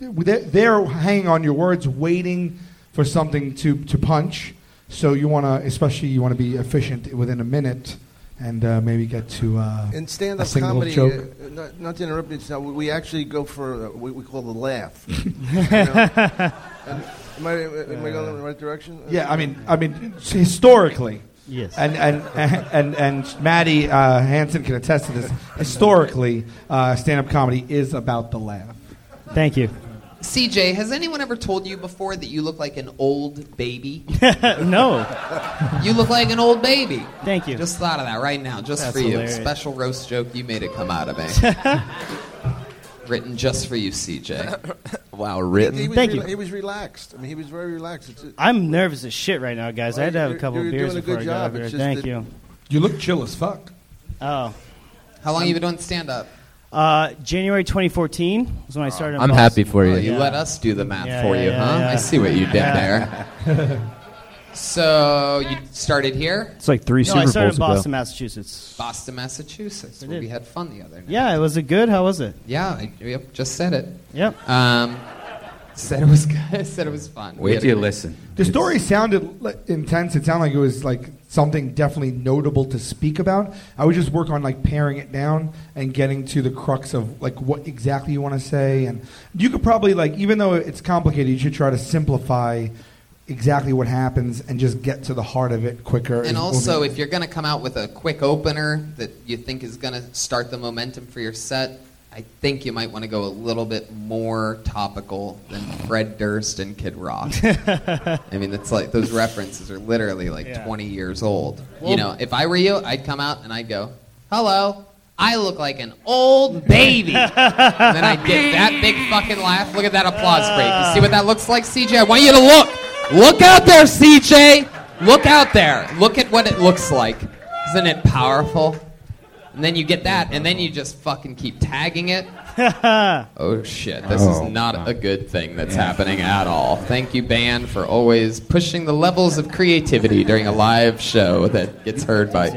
they're, they're hanging on your words, waiting for something to, to punch. So you want to, especially you want to be efficient within a minute, and uh, maybe get to uh,
In stand
a
up
single
comedy,
joke.
uh, not, not to interrupt you, so we we actually go for uh, we, we call the
<laughs>
laugh. You know? And am I, am I going in the right direction?
Yeah, I mean, I mean, s- historically.
Yes.
And and and and Maddie uh, Hansen can attest to this. Historically, uh, stand-up comedy is about the laugh.
Thank you.
CJ, has anyone ever told you before that you look like an old baby?
<laughs> no.
You look like an old baby.
Thank you.
Just thought of that right now, just
That's
for you.
hilarious.
Special roast joke. You made it come out of me.
<laughs>
Written just for you,
<laughs>
CJ. Wow,
He
written.
was rela- He was relaxed. I mean, he was very relaxed. It's, uh,
I'm nervous as shit right now, guys. I had to have a
You're-
couple
you're
beers
doing a
before
good
I got
job.
up here.
It's just
Thank
that-
you.
You look chill as fuck.
Oh.
How long you been doing stand
<laughs>
up?
Uh, January 2014 was when I started. in
I'm
Boston.
happy for you. Oh, you let us do the math for you, huh? I see what you did
there.
So you started here?
It's like three No, I Super started in Bowls ago. Boston,
Massachusetts. Boston, Massachusetts, where we had fun the other night.
<laughs>
<laughs>
yeah, it was it good? How was it?
Yeah, I, yep, just said it.
Yep.
Um, said it was good. <laughs> said it was fun. We
Wait
had
till
a
you
good-
listen.
The story sounded li- intense. It sounded like it was like something definitely notable to speak about. I would just work on like paring it down and getting to the crux of like what exactly you want to say. And you could probably like, even though it's complicated, you should try to simplify exactly what happens and just get to the heart of it quicker.
And also, if you're going to come out with a quick opener that you think is going to start the momentum for your set, I think you might want to go a little bit more topical than Fred Durst and Kid Rock. I mean, it's like those references are literally like
Yeah.
20 years old.
Well-
you know, if I were you, I'd come out and I'd go, "Hello, I look like an old baby," <laughs> and then I'd get that big fucking laugh. Look at that applause break. You see what that looks like, CJ? I want you to look. Look out there, CJ. Look out there. Look at what it looks like. Isn't it powerful? And then you get that, and then you just fucking keep tagging it. Oh shit, this
Oh,
is not a good thing that's happening at all. Thank you, band, for always pushing the levels of creativity during a live show that gets heard by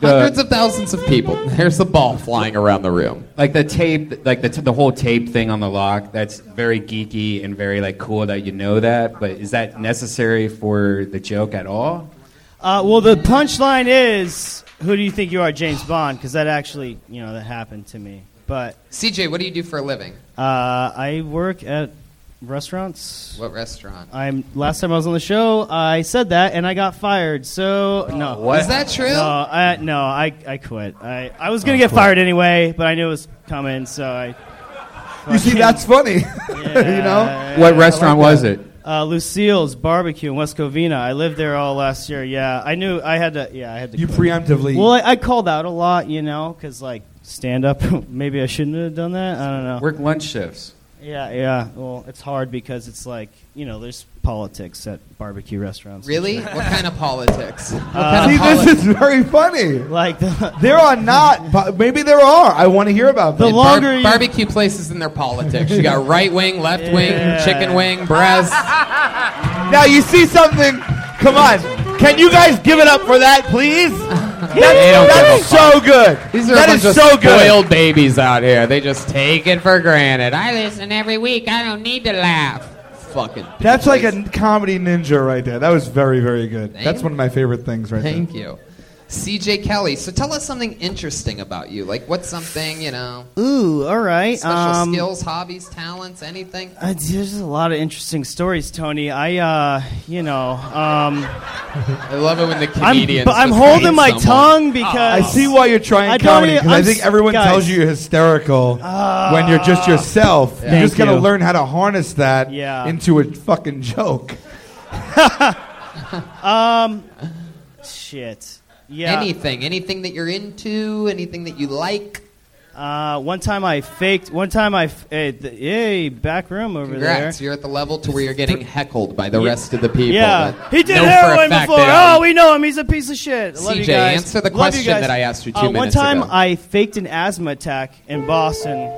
hundreds of thousands of people. <laughs> There's a ball flying around the room.
Like the tape, like the, t- the whole tape thing on the lock. That's very geeky and very like cool that you know that. But is that necessary for the joke at all?
<laughs> Uh, well, the punchline is, "Who do you think you are, James Bond?" Because that actually, you know, that happened to me. But
CJ, what do you do for a living?
uh, I work at restaurants.
What restaurant?
I'm. Last time I was on the show, I said that, and I got fired. So no,
What? Is that true?
No, I, no, I, I quit. I, I was gonna
Oh,
get
cool.
fired anyway, but I knew it was coming, so I.
<laughs> You see, that's funny. <laughs> you know?
What restaurant was it?
Uh, Lucille's Barbecue in West Covina. I lived there all last year. Yeah, I knew I had to. Yeah, I had to.
You
quit.
preemptively-
Well, I, I called out a lot, you know, because like
<laughs>
stand up. maybe I shouldn't have done that. I don't know.
Work lunch shifts.
Yeah, yeah. Well, it's hard because it's like you know, there's politics at barbecue restaurants. <laughs>
Really? What kind of politics? What
Uh,
kind
See,
of politics?
this is very funny.
Like
<laughs> there are not, but maybe there are. I want to hear about them.
Bar- barbecue places and their politics. You got right wing, left wing,
Yeah.
chicken wing,
<laughs>
breast.
<laughs>
Now you see something. Come on. Can you guys give it up for that, please?
That's so good.
These
are a
That
bunch
is
of
so good.
spoiled babies out here. They just take it for granted. I
listen every week. I don't need to laugh. Fucking.
That's like a n- comedy ninja right there. That was very, very good. That's
you.
one of my favorite things right
Thank
there.
you. CJ Kelly. So tell us something interesting about you. Like, what's something, you know?
Ooh, all right.
Special
um,
skills, hobbies, talents, anything?
Uh, there's a lot of interesting stories, Tony. I, uh, you know, um,
I love it when the
I'm,
comedians.
but I'm
just
holding
hate
my
someone.
tongue because
I see why you're trying
I don't
comedy
even-
because I
I'm
think
s-
everyone
guys. Ah.
tells you you're hysterical when you're just yourself.
Thank
You're just gonna
you.
learn how to harness that
Yeah.
into a fucking
<laughs>
joke.
Um, shit. Yeah.
Anything, anything that you're into, anything that you like.
Uh, one time I faked. One time I. F- hey, the, hey, back room over
Congrats,
there.
you're at the level to where you're getting heckled by the
Yeah.
rest of the people.
<laughs> Yeah,
but
he did
know for a
heroin
fact
before.
they
Oh,
don't.
we know him. He's a piece of shit. I Love you
CJ,
guys.
answer the
Love you
question
guys.
that I asked you two
Uh,
minutes
One time
ago.
I faked an asthma attack in Boston.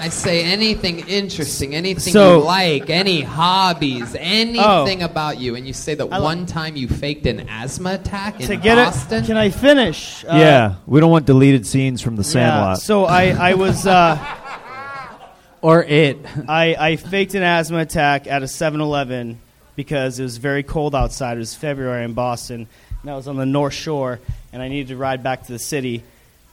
I say anything interesting, anything
So- oh.
you like, any hobbies, anything about you, and you say that
I li-
one time you faked an asthma attack in
to get
Boston.
it, can I finish? Uh,
yeah, we don't want deleted scenes from The
Yeah,
Sandlot.
so I, I was. Uh,
<laughs> or it.
I, I faked an asthma attack at a 7 Eleven because it was very cold outside. It was February in Boston, and I was on the North Shore, and I needed to ride back to the city.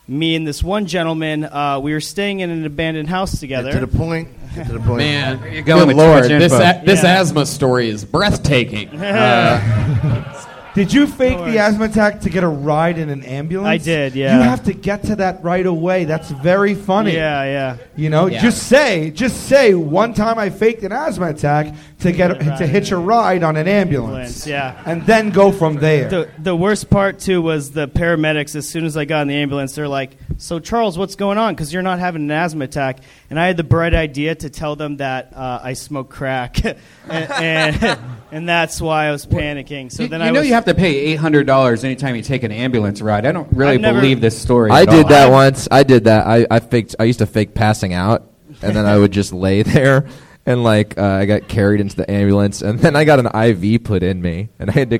Me and this one gentleman, uh, we were staying in an abandoned house together.
to the point. Get to the point.
Man,
<laughs>
Good Lord, this, a- this asthma story is
<laughs>
breathtaking. Uh,
Did you fake the asthma attack to get a ride in an ambulance?
I did, yeah.
You have to get to that right away. That's very funny.
Yeah, yeah.
You know,
Yeah.
just say, just say, one time I faked an asthma attack to get to hitch a ride on an ambulance.
Ambulance, yeah.
and then go from there.
The, the worst part too was the paramedics. As soon as I got in the ambulance, they're like, "So Charles, what's going on? Because you're not having an asthma attack." And I had the bright idea to tell them that uh, I smoke crack, <laughs> and, and, and that's why I was panicking. So
you,
then
you
I
know
was,
you have to pay eight hundred dollars anytime you take an ambulance ride. I don't really
I've never-
believe this story.
I
at
did
all.
that once. I did that. I, I faked. I used to fake passing out, and then I would just lay <laughs> there, and like uh, I got carried into the ambulance, and then I got an IV put in me, and I had to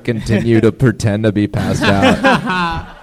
<laughs>
continue to pretend to be <laughs> passed out.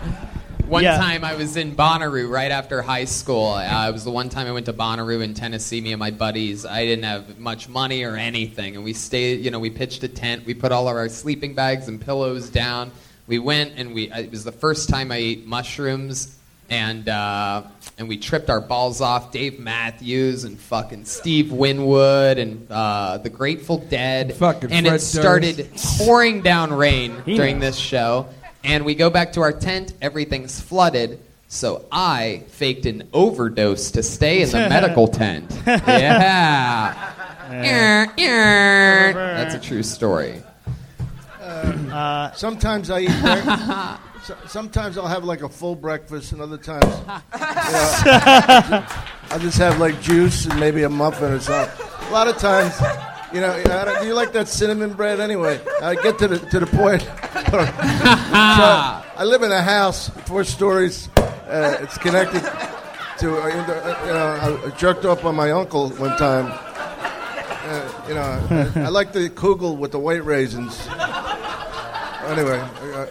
one time I was in Bonnaroo right after high school. Uh, it was the one time I went to Bonnaroo in Tennessee. Me and my buddies. I didn't have much money or anything, and we stayed. You know, we pitched a tent. We put all of our sleeping bags and pillows down. We went and we. uh, It was the first time I ate mushrooms. And uh, and we tripped our balls off. Dave Matthews and fucking Steve Winwood and uh, the Grateful Dead.
Fucking
and
Fred
it started pouring down rain
He
during
knows.
this show, and we go back to our tent. Everything's flooded, so I faked an overdose to stay
<laughs>
in the medical tent. Yeah, Er, er. that's a true story.
sometimes I eat breakfast. so, sometimes I'll have like a full breakfast, and other times you know, I'll just have like juice and maybe a muffin or something. A lot of times, you know, I don't, do you like that cinnamon bread anyway? I get to the to the point. so, I live in a house, four stories. Uh, it's connected to uh, you know I jerked off on my uncle one time. Uh, you know, I, I like the kugel with the white raisins. Anyway, uh,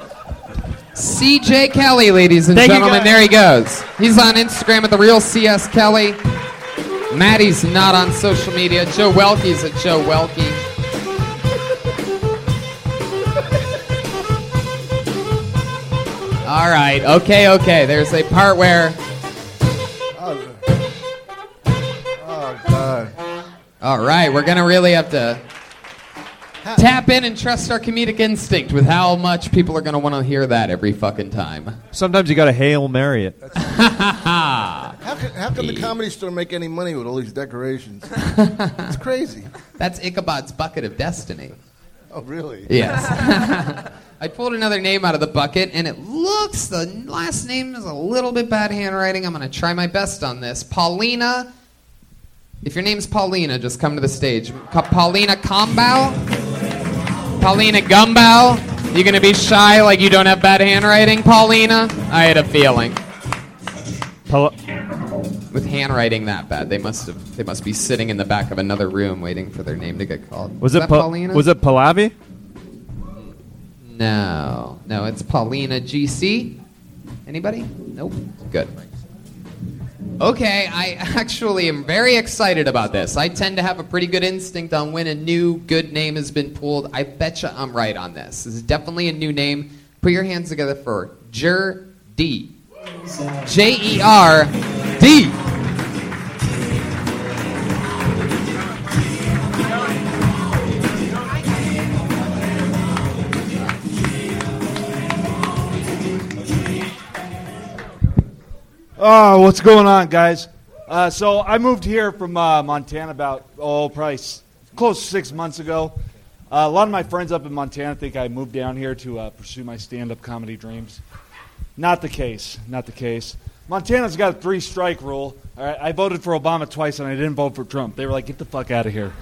C.J. Kelly, ladies and
Thank you,
gentlemen,
guys.
there he goes. He's on Instagram at the real C.S. Kelly. Maddie's not on social media. Joe Welke's at Joe Welke. All right, okay, okay. There's a part where
oh, oh God.
All right, we're gonna really have to tap in and trust our comedic instinct with how much people are gonna want to hear that every fucking time.
Sometimes you got to hail Mary it.
How can, how can the comedy store make any money with all these decorations? it's crazy.
That's Ichabod's bucket of destiny.
Oh, really?
Yes. I pulled another name out of the bucket, and it looks the last name is a little bit bad handwriting. I'm gonna try my best on this. Paulina. If your name's Paulina, just come to the stage. Ca- Paulina Combow. Paulina Gumbow. You gonna be shy like you don't have bad handwriting, Paulina? I had a feeling. With handwriting that bad, they must have they must be sitting in the back of another room waiting for their name to get called.
Was
Is
it
that
Pa-
Paulina?
was it Pallavi?
No, no, it's Paulina GC. Anybody? Nope. Good. Okay, I <laughs> actually am very excited about this. I tend to have a pretty good instinct on when a new good name has been pulled. I betcha I'm right on this. This is definitely a new name. Put your hands together for Jer D. J E R D.
Oh, what's going on, guys? Uh, so I moved here from uh, Montana about oh, probably s- close to six months ago. Uh, a lot of my friends up in Montana think I moved down here to uh, pursue my stand-up comedy dreams. Not the case. Not the case. Montana's got a three-strike rule. All right, I voted for Obama twice and I didn't vote for Trump. They were like, "Get the fuck out of here."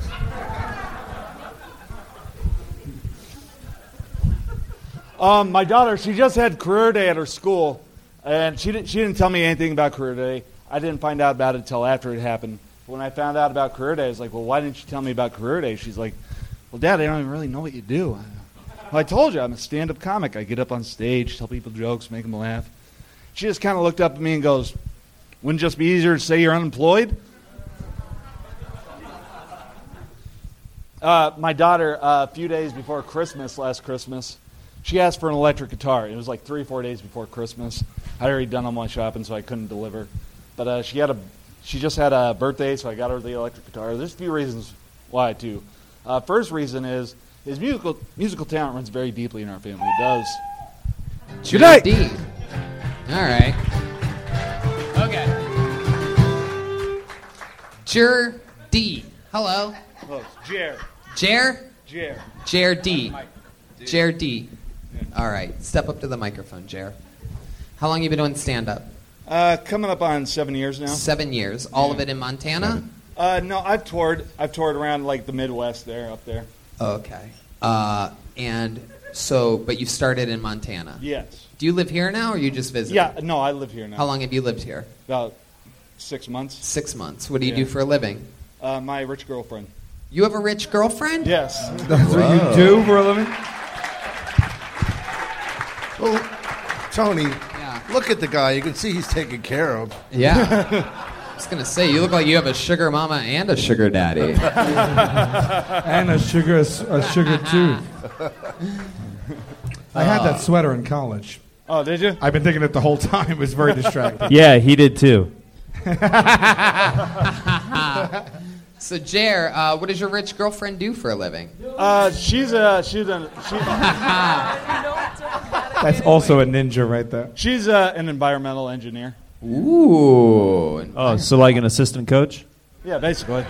Um, my daughter, she just had career day at her school, and she didn't, she didn't tell me anything about career day. I didn't find out about it until after it happened. When I found out about career day, I was like, well, why didn't you tell me about career day? She's like, well, Dad, I don't even really know what you do. I, well, I told you, I'm a stand up comic. I get up on stage, tell people jokes, make them laugh. She just kind of looked up at me and goes, wouldn't it just be easier to say you're unemployed? Uh, my daughter, uh, a few days before Christmas, last Christmas, she asked for an electric guitar. It was like three or four days before Christmas. I'd already done all my shopping, so I couldn't deliver. But uh, she had a, she just had a birthday, so I got her the electric guitar. There's a few reasons why too. Uh, first reason is is musical musical talent runs very deeply in our family. It does. Good night.
All right. Okay. Jer D. Hello.
Close. Jer.
Jer?
Jer.
Jer D. Jer D. All right. Step up to the microphone, Jer. How long you been doing stand up?
Uh, coming up on seven years now.
Seven years. All of it in Montana?
Uh, no, I've toured. I've toured around like the Midwest there, up there.
Okay. Uh, and so, but you started in Montana?
Yes.
Do you live here now or you just visit?
Yeah. No, I live here now.
How long have you lived here?
About six months.
Six months. What do you
Yeah.
do for a living?
Uh, my rich girlfriend.
You have a rich girlfriend?
Yes.
<laughs>
That's what you do for a living?
Well, Tony, look at the guy. You can see he's taken care of. <laughs>
Yeah. I was going to say, you look like you have a sugar mama and a sugar
<laughs>
daddy.
and a sugar, a sugar tooth. I had
Ah.
that sweater in college.
Oh, did you?
I've been thinking it the whole time. It was very <laughs>
<laughs>
distracting.
Yeah, he did too.
<laughs> so, Jer, uh, what does your rich girlfriend do for a living?
Uh, she's a she's a
<laughs>
she,
That's also a ninja right there.
she's uh an environmental engineer.
Ooh. Oh, so like an assistant coach?
Yeah, basically.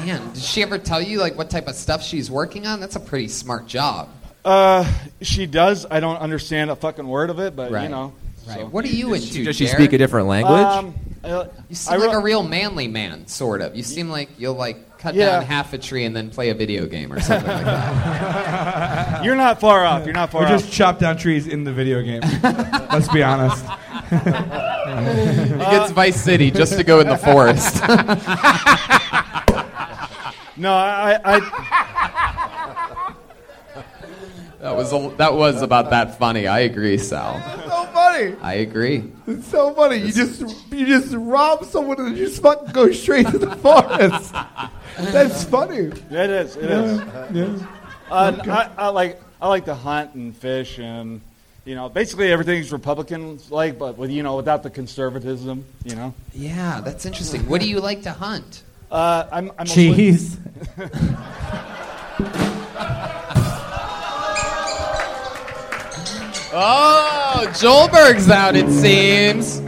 Man, did she ever tell you like what type of stuff she's working on? That's a pretty smart job.
Uh, she does. I don't understand a fucking word of it, but you
Right.
know.
Right.
so.
What are you into?
does she
Jer?
speak a different language?
Um, uh,
You seem like a real manly man, sort of. You seem like you'll like cut
Yeah.
down half a tree and then play a video game or something like that.
<laughs> You're not far off. You're not far
We
off.
just chop down trees in the video
<laughs>
game. Let's be honest.
uh,
<laughs>
He gets Vice City just to go in the forest.
<laughs> no, I, I
That was a, that was about that funny. I agree, Sal.
so funny.
I agree.
It's so funny. You just you just rob someone and you just fucking go
straight to the
<laughs>
forest. That's funny.
It is. It is. Uh, n- I, I like I like to hunt and fish and you know basically everything's Republican like, but with you know without the conservatism. You know.
Yeah, that's interesting. What do you like to hunt?
Uh, I'm, I'm a-
Cheese.
<laughs>
<laughs>
<laughs>
Oh, Joelberg's out, it seems.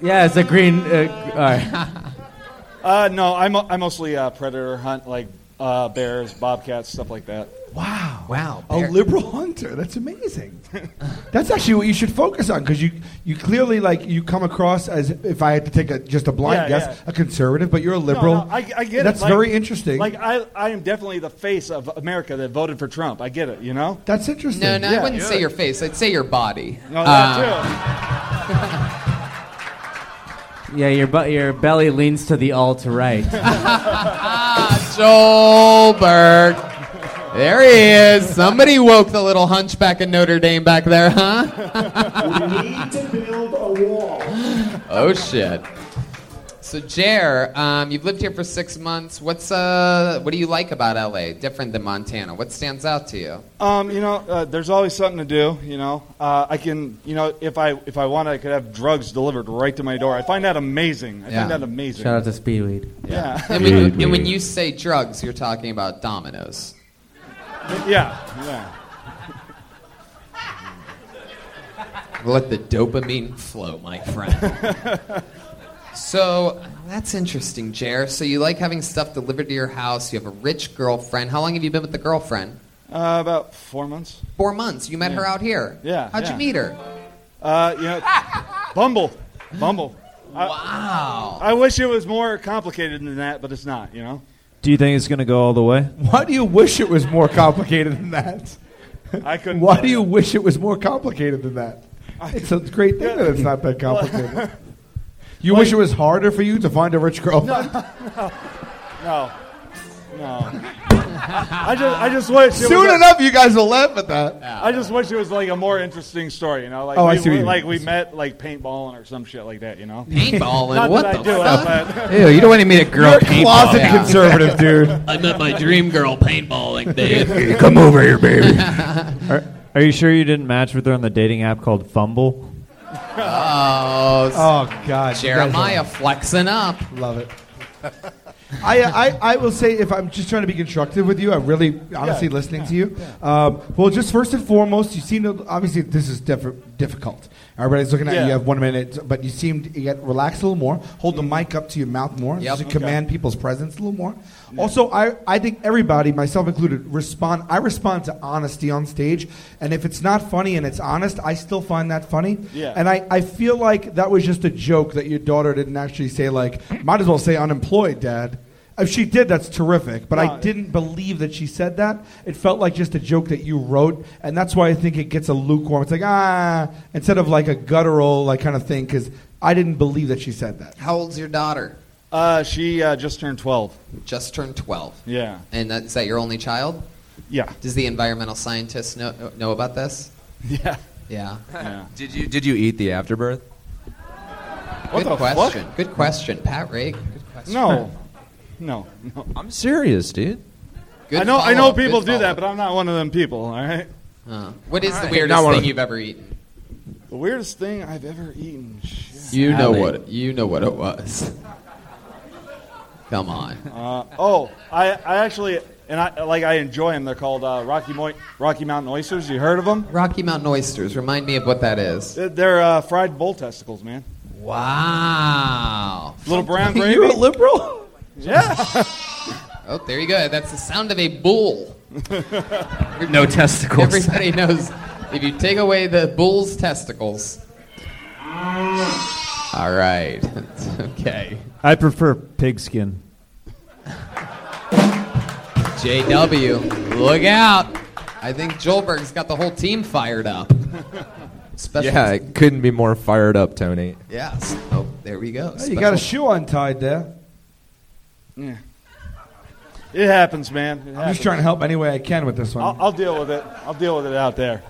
Yeah, it's a green. Uh, all right.
<laughs> uh, no, I'm I mostly uh, predator hunt like uh, bears, bobcats, stuff like that.
Wow. Oh,
Wow.
A liberal hunter.
<laughs>
That's amazing. That's actually what you should focus on because you, you clearly like you come across as if I had to take a, just a blind
Yeah,
guess,
yeah.
a conservative, but you're a liberal.
No, no, I, I get it.
That's
Like-
very interesting.
Like I, I am definitely the face of America that voted for Trump. I get it. You know.
That's interesting.
No, no, I
Yeah.
wouldn't say your face. I'd say your body.
No,
Uh,
Yeah, your bu- your belly leans to the all to right.
Joelberg.
There he is. Somebody
woke the little hunchback in Notre Dame back there, huh?
need to build a wall.
<laughs> oh shit. So Jer, um, you've lived here for six months. What's uh, what do you like about LA? Different than Montana. What stands out to you?
<laughs> Um, you know, uh, there's always something to do. You know, uh, I can, you know, if I if I want, I could have drugs delivered right to my door. I find that amazing. I
Yeah.
find that amazing.
Shout out to Speedweed.
Yeah.
And when, you, and when you say drugs, you're talking about dominoes.
yeah, yeah.
Let the dopamine flow, my friend.
<laughs>
so that's interesting, Jer. So you like having stuff delivered to your house. You have a rich girlfriend. How long have you been with the girlfriend?
Uh, about four months.
Four months. You met her out here.
Yeah.
How'd you
yeah.
meet her?
Uh, you know, Bumble, Bumble.
wow.
I wish it was more complicated than that, but it's not. You know,
Do you think it's going to go all the way?
Why do you wish it was more complicated than that?
I couldn't.
Why do you wish it was more complicated than that? It's a great thing that it's
<laughs>
not that complicated. You wish it was harder for you to find a rich girlfriend?
no, no. I just, I just wish. It
Soon
was a-
enough, you guys will laugh at that.
I just wish it was like a more interesting story, you know. Like
Oh,
we,
I see what you
like
mean.
we met like paintballing or some shit like that, you know.
Paintballing?
<laughs> Not
What
that I
the
do
fuck?
It, but
Ew, you don't wanna meet a girl You're a paintballing. closet conservative,
<laughs>
dude.
I met my dream girl paintballing,
<laughs>
<laughs> babe.
Come over
<laughs>
here, baby. <laughs> are, are you sure you didn't match with her on the dating app called Fumble?
Oh,
oh God.
Jeremiah flexing up.
Love it. I, I, I will say if I'm just trying to be constructive with you, I'm really honestly
Yeah,
listening to you. Um, well, just first and foremost, you seem to obviously this is diff- difficult. Everybody's looking at you.
Yeah.
You have one minute, but you seem to you get relax a little more. Hold the mic up to your mouth more.
Mm-hmm. Yep.
Just
Okay.
to command people's presence a little more. Also, I, I think everybody, myself included, respond. I respond to honesty on stage, and if it's not funny and it's honest, I still find that funny.
Yeah.
And I, I feel like that was just a joke that your daughter didn't actually say, like, might as well say unemployed, Dad. If she did, that's terrific. But
No.
I didn't believe that she said that. It felt like just a joke that you wrote. And that's why I think it gets a lukewarm. It's like, ah, instead of like a guttural, like kind of thing, because I didn't believe that she said that.
How old's your daughter?
Uh, she uh, just turned twelve.
Just turned twelve.
Yeah.
And that, is that your only child?
Yeah.
Does the environmental scientist know know about this?
Yeah.
Yeah.
Did you did you eat the afterbirth?
Good
the fuck?
question. Good question, Pat Rake. Good question. <laughs>
No, no,
Oh,
no.
I'm serious, dude.
Good
I know, I know
follow-up,
people
good
do that, but I'm not one of them people. All right.
What is the
Alright.
weirdest thing you've ever eaten?
The weirdest thing I've ever eaten. Shit.
You know what-
You know what it
was. Come on.
Uh, oh, I, I actually and I like I enjoy them. They're called uh, Rocky Mo- Rocky Mountain oysters. You heard of them?
Rocky Mountain oysters. Remind me of what that is.
They're- They're uh, fried bull
<laughs>
testicles, man.
Wow. <laughs>
Little brown gravy.
You're a
liberal? Yeah.
<laughs> Oh, there you go. That's the sound of a <laughs> bull.
No testicles.
Everybody knows if you take away the bull's testicles. All right. <laughs> okay.
I prefer pigskin.
JW, look out. I think Joelberg's got the whole team fired up. <laughs> Special
Yeah, it couldn't be more fired up, Tony.
Yes. Oh, there we go.
Hey, you got a
Special-
shoe untied there.
Yeah. It happens, man. It
I'm
happens.
just trying to help any way I can with this one.
I'll, I'll deal with it. I'll deal with it out there.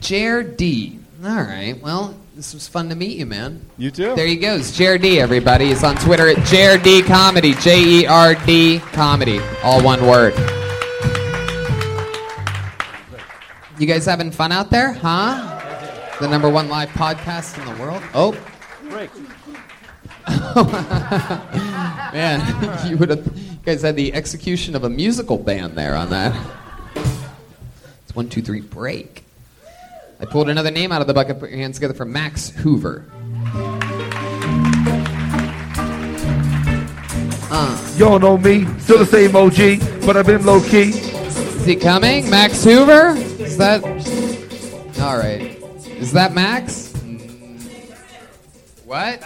Jared D. All right. Well, this was fun to meet you, man.
You too.
There he goes. Jared D, everybody. He's on Twitter at Jared D Comedy. J E R D Comedy. All one word. You guys having fun out there, huh? The number one live podcast in the world. Oh,
Break.
<laughs> man. <laughs> You would have you guys had the execution of a musical band there on that. It's one, two, three, break. I pulled another name out of the bucket. Put your hands together for Max Hoover. Uh.
Y'all know me, still the same OG, but I've been low key.
Is he coming? Max Hoover? Is that. All right. Is that Max? What?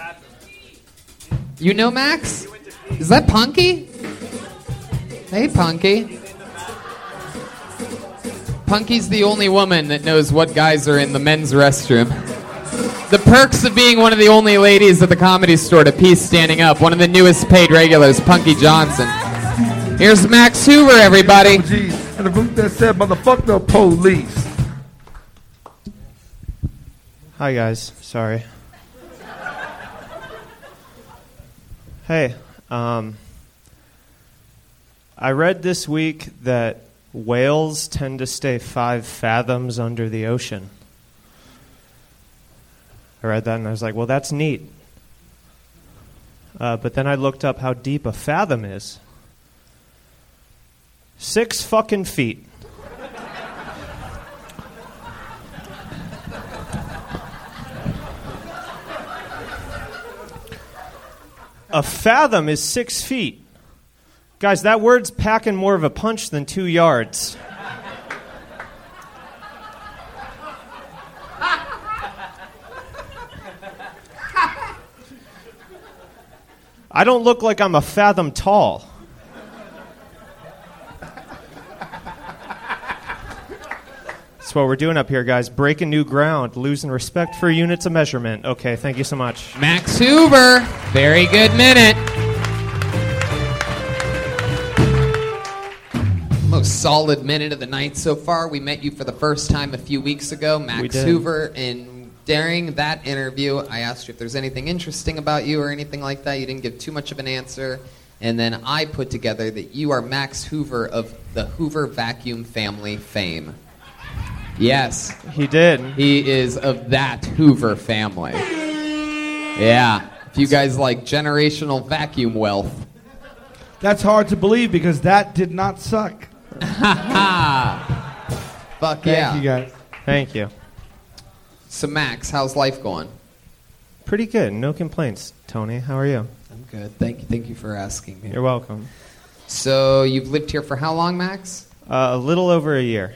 You know Max? Is that Punky? Hey, Punky. Punky's the only woman that knows what guys are in the men's restroom. The perks of being one of the only ladies at the comedy store to peace standing up. One of the newest paid regulars, Punky Johnson. Here's Max Hoover, everybody.
and a group that said, motherfuck the police.
Hi, guys. Sorry. hey, um, I read this week that whales tend to stay five fathoms under the ocean. I read that and I was like, well, that's neat. Uh, but then I looked up how deep a fathom is. Six fucking feet. a fathom is six feet. Guys, that word's packing more of a punch than two yards. I don't look like I'm a fathom tall. That's what we're doing up here, guys. Breaking new ground, losing respect for units of measurement. Okay, thank you so much.
Max Hoover. Very good minute.
Most solid minute of the night so far. We met you for the first time a few weeks ago,
We
Max
did.
Hoover, and during that interview, I asked you if there's anything interesting about you or anything like that. You didn't give too much of an answer, and then I put together that you are Max Hoover of the Hoover vacuum family fame. Yes,
he did.
He is of that Hoover family. Yeah, if you guys like generational vacuum wealth.
That's hard to believe because that did not suck. Uh,
Fuck Ah.
Thank
yeah.
you guys.
Thank you.
So Max, how's life going?
Pretty good. No complaints. Tony, how are you?
I'm good. Thank you. Thank you for asking me.
You're welcome.
So you've lived here for how long, Max?
Uh, a little over a year.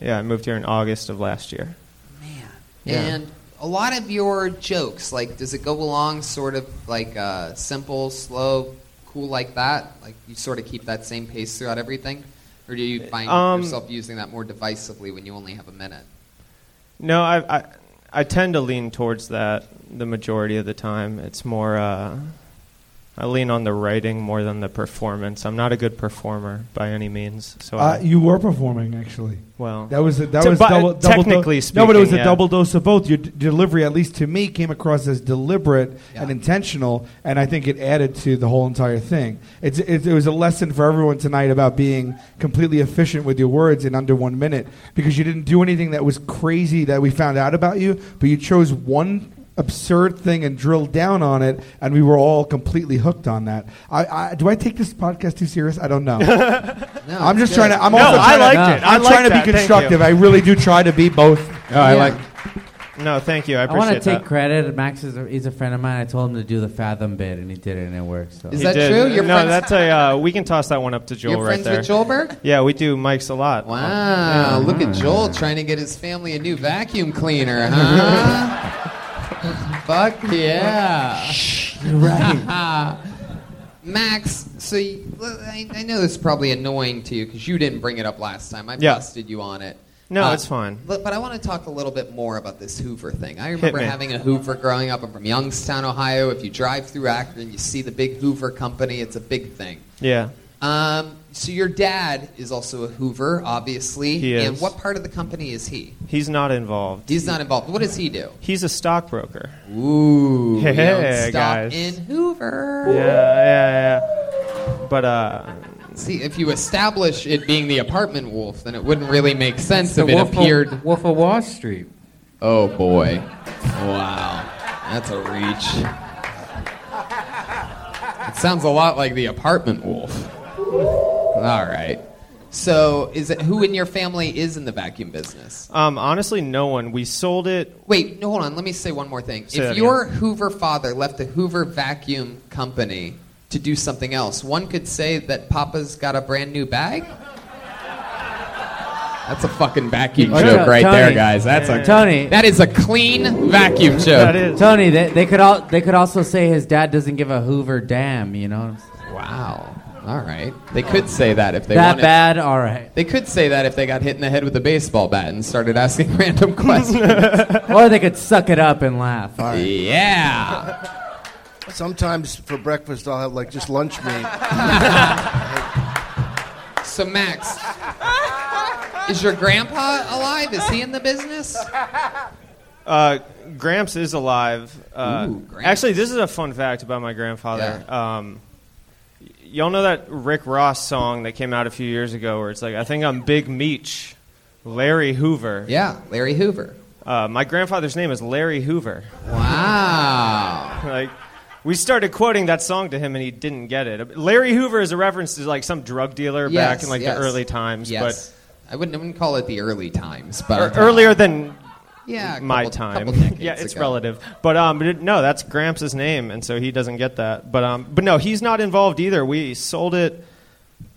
Yeah, I moved here in August of last year. Man. Yeah.
And a lot of your jokes, like, does it go along sort of like uh, simple, slow, cool like that? Like you sort of keep that same pace throughout everything, or do you find
Um,
yourself using that more divisively when you only have a minute?
No, I, I I tend to lean towards that the majority of the time. It's more uh, I lean on the writing more than the performance. I'm not a good performer by any means. So I,
Uh, you were performing actually.
Well,
that was a, that
to-
was
but, uh,
double, double
technically
dose. no, but it was a
speaking, yeah.
double dose of both. Your d- delivery, at least to me, came across as deliberate and intentional, and I think it added to the whole entire thing. It's, it, it was a lesson for everyone tonight about being completely efficient with your words in under one minute because you didn't do anything that was crazy that we found out about you, but you chose one absurd thing and drilled down on it and we were all completely hooked on that I, I do i take this podcast too serious i don't know i'm just
it's
trying
good.
to i'm
No,
also
I
trying to-
liked it. I
i'm trying
liked that.
to be
Thank you.
constructive i really do try to be both
I like- No, thank you. I
I want to
appreciate
take
that.
credit. Max is a, he's a friend of mine. I told him to do the fathom bit, and he did it, and it worked. So.
He did. no, that's a. Uh, we can toss that one up to Joel
You're
right
friends
there.
with Joelberg?
Yeah, we do mics a lot. Wow,
Ah, look at
Mm-hmm.
Joel trying to get his family a new vacuum cleaner, huh?
<laughs>
Fuck yeah.
you're
right. <laughs> Max, so you, well, I, I know this is probably annoying to you because you didn't bring it up last time. I
Yeah.
busted you on it.
No,
Uh,
it's fine.
But, but I want to talk a little bit more about this Hoover thing. I remember
me.
having a Hoover growing up. I'm from Youngstown, Ohio. If you drive through Akron, you see the big Hoover company. It's a big thing.
Yeah.
Um, so your dad is also a Hoover, obviously.
He is.
And what part of the company is he?
He's not involved.
He's not involved. What does he do?
He's a stockbroker.
Ooh.
Yeah,
We own stock
guys.
in Hoover.
Yeah, yeah, yeah. But uh,
See, if you establish it being the apartment wolf, then it wouldn't really make sense
It's the
if it
Wolf of-
appeared.
Wolf of Wall Street.
Oh boy. Wow. That's a reach. It sounds a lot like the apartment wolf. All right. So, is it who in your family is in the vacuum business?
um, honestly, no one. We sold it.
Wait, no, hold on. Let me say one more thing.
Say that
if your Hoover father left the Hoover vacuum company to do something else, one could say that Papa's got a brand new bag. That's a fucking vacuum
Look
joke
up,
right
Oh, Tony.
there, guys. That's a
Tony.
That is a clean vacuum joke.
Tony, they, they could all they could also say his dad doesn't give a Hoover damn. You know.
Wow. All right. They could say that if they
That
wanted.
bad? All right.
They could say that if they got hit in the head with a baseball bat and started asking <laughs> random questions.
<laughs> or they could suck it up and laugh. All right.
Yeah.
Sometimes for
<laughs>
breakfast, I'll have like just lunch meat.
so Max, Is your grandpa alive? Is he in the business?
Uh, Gramps is alive. Uh,
Ooh, Gramps.
actually, this is a fun fact about my grandfather. Um, y- y'all know that Rick Ross song that came out a few years ago where it's like, I think I'm Big Meech, Larry Hoover.
Yeah, Larry Hoover.
Uh, my grandfather's name is Larry Hoover.
Wow.
<laughs> like, we started quoting that song to him and he didn't get it. Larry Hoover is a reference to like some drug dealer back
Yes,
in like
yes.
the early times.
Yes. I wouldn't, I wouldn't call it the early times,
But
but
Ear- earlier than
yeah, a
my
couple-
time.
couple decades
yeah, it's
ago.
relative. But um, but it- no, that's Gramps' name, and so he doesn't get that. But um, but no, he's not involved either. We sold it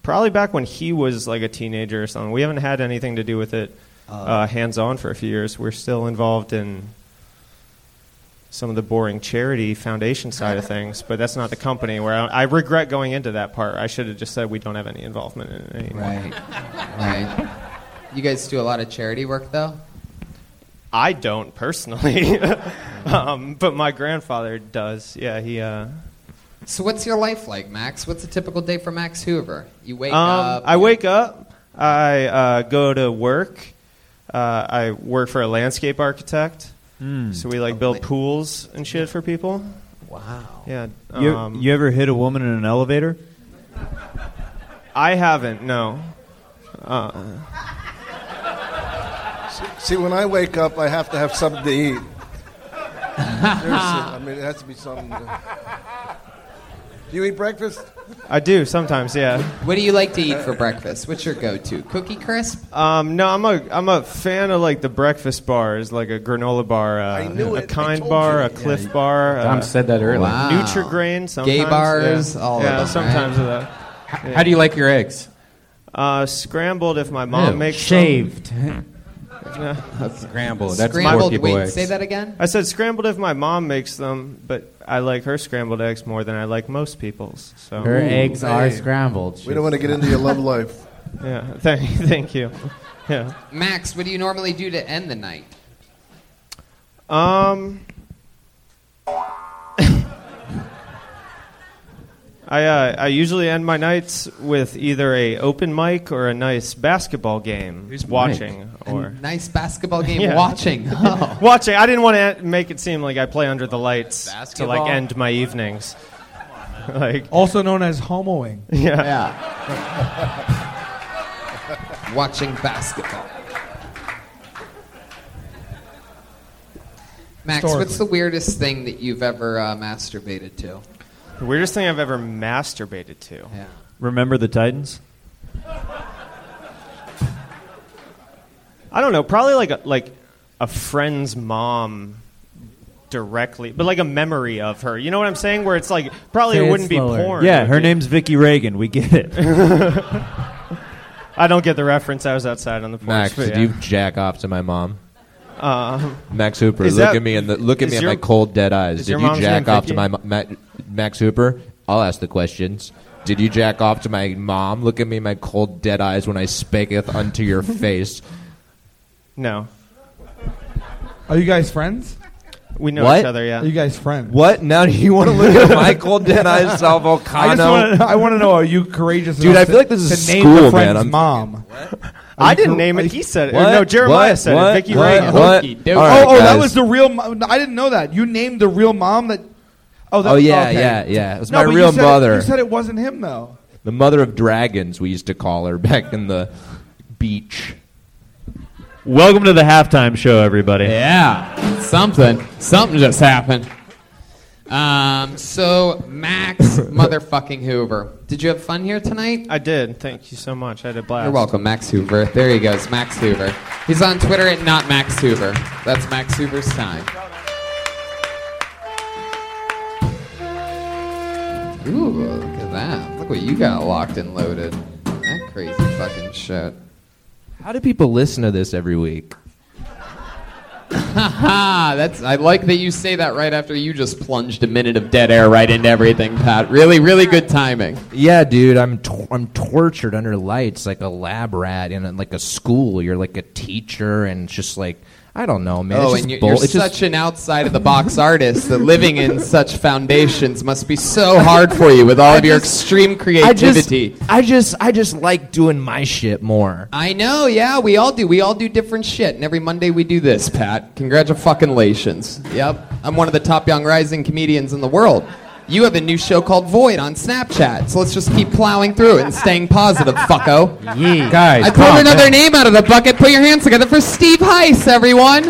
probably back when he was like a teenager or something. We haven't had anything to do with it uh, hands on for a few years. We're still involved in some of the boring charity
<laughs>
foundation side of things, but that's not the company. Where I, I regret going into that part. I should have just said we don't have any involvement in it anymore.
Right. right. You guys do a lot of charity work, though.
I don't personally, <laughs> um, but my grandfather does. Yeah, he. Uh,
So what's your life like, Max? What's a typical day for Max Hoover? You wake
um,
up.
I wake up. I uh, go to work. Uh, I work for a landscape architect. So we like build pools and shit for people.
Wow.
Yeah.
You,
Um,
you ever hit a woman in an elevator?
I haven't. No. Uh,
Uh-uh. See, when I wake up, I have to have something to eat. Seriously, I mean, it has to be something. To... Do you eat breakfast?
I do sometimes. Yeah.
What do you like to eat for breakfast? What's your go-to? Cookie crisp.
Um, no, I'm a I'm a fan of like the breakfast bars, like a granola bar, uh,
I knew
a
it. I
kind
told
bar,
you.
a Cliff
Yeah.
bar.
Dom
uh,
said that earlier. Wow.
Nutrigrain, sometimes.
Gay bars,
yeah.
all of
yeah,
them,
sometimes
right?
of that.
H- how do you like your eggs?
Uh, scrambled if my mom
Ew,
makes
shaved.
Them.
Scrambled, that's Scrambled, poor people wait, eggs. say
that again?
I said scrambled if my mom makes them, but I like her scrambled eggs more than I like most people's. So
Her Ooh. eggs are Hey, scrambled.
We don't want to get into your love life.
<laughs> Yeah, thank, thank you. Yeah.
Max, what do you normally do to end the night?
Um, <laughs> I uh, I usually end my nights with either a open mic or a nice basketball game. Who's watching or
Nice basketball game
<laughs> Yeah.
watching. <laughs> Oh.
watching? I didn't want to make it seem like I play under the lights to
Basketball?
like end my evenings. <laughs> like
Also known as homoing.
Yeah.
<laughs> watching basketball. Max, what's
Historically.
the weirdest thing that you've ever uh, masturbated to?
the weirdest thing I've ever masturbated to.
Yeah.
Remember the Titans?
I don't know. Probably like a, like a friend's mom directly, but like a memory of her. You know what I'm saying? Where it's like probably it wouldn't be porn. <laughs> It
Yeah,
would
her
be-
name's Vicky Reagan. We get it.
I don't get the reference. I was outside on the porch.
Max,
but
did
yeah.
you jack off to my mom?
Um,
Max Hooper, look
Is that-
at me and the, look at
is
me
your-
in my cold dead eyes.
is
Did
your
you
mom's
jack
name
off to
Vicky?
my mo- Ma- Max Hooper? I'll ask the questions. Did you jack off to my mom? Look at me in my cold dead eyes when I spaketh unto
<laughs>
your face.
No.
Are you guys friends?
We know
What?
each other. Yeah.
Are you guys friends?
What? Now do you want to look at
<laughs>
my cold dead eyes, Salvo
I
Kano?
just want to. I want to know. Are you courageous?
Dude,
enough
I feel
to-
like this is
to name
school,
the
man.
friend's
I'm-
mom.
I didn't name it. He said it.
What?
No, Jeremiah
What?
said
What?
it. Vicky
What?
Reagan.
What?
Okey
Oh,
doke.
oh, that was the real. Mo- I didn't know that. You named the real mom that. Oh, that,
Oh, yeah,
okay.
yeah, yeah. It was
No,
my
but you
real
said it-
mother.
you said it wasn't him though.
The mother of dragons, we used to call her <laughs> back in the beach.
Welcome to the halftime show, everybody.
Yeah.
Something. Something just happened.
Uh,
Um, so, Max motherfucking Hoover. Did you have fun here tonight?
I did. Thank you so much. I had a blast.
You're welcome, Max Hoover. There he goes, Max Hoover. He's on Twitter at not Max Hoover. That's Max Hoover's time. Ooh, look at that. Look what you got locked and loaded. That crazy fucking shit.
How do people listen to this every week?
Haha, that's I like that you say that right after you just plunged a minute of dead air right into everything, Pat. Really, really good timing.
Yeah, dude, I'm tor- I'm tortured under lights like a lab rat in a, like a school. You're like a teacher, and it's just like I don't know, man.
oh,
it's
and
just
you-
bull-
you're
it's just-
such an outside of the box artist that living in such foundations must be so
<laughs>
hard for you with all
I
of your
just-
extreme creativity.
I just, I just, I just like doing my shit more.
I know, yeah, we all do. We all do different shit, and every Monday we do this, Pat. Congratulations. Yep, I'm one of the top young rising comedians in the world. You have a new show called Void on Snapchat, so let's just keep plowing through it and staying positive, fucko. Yeah.
Guys,
I
come
pulled
on,
another
man.
name out of the bucket. Put your hands together for Steve Heiss, everyone.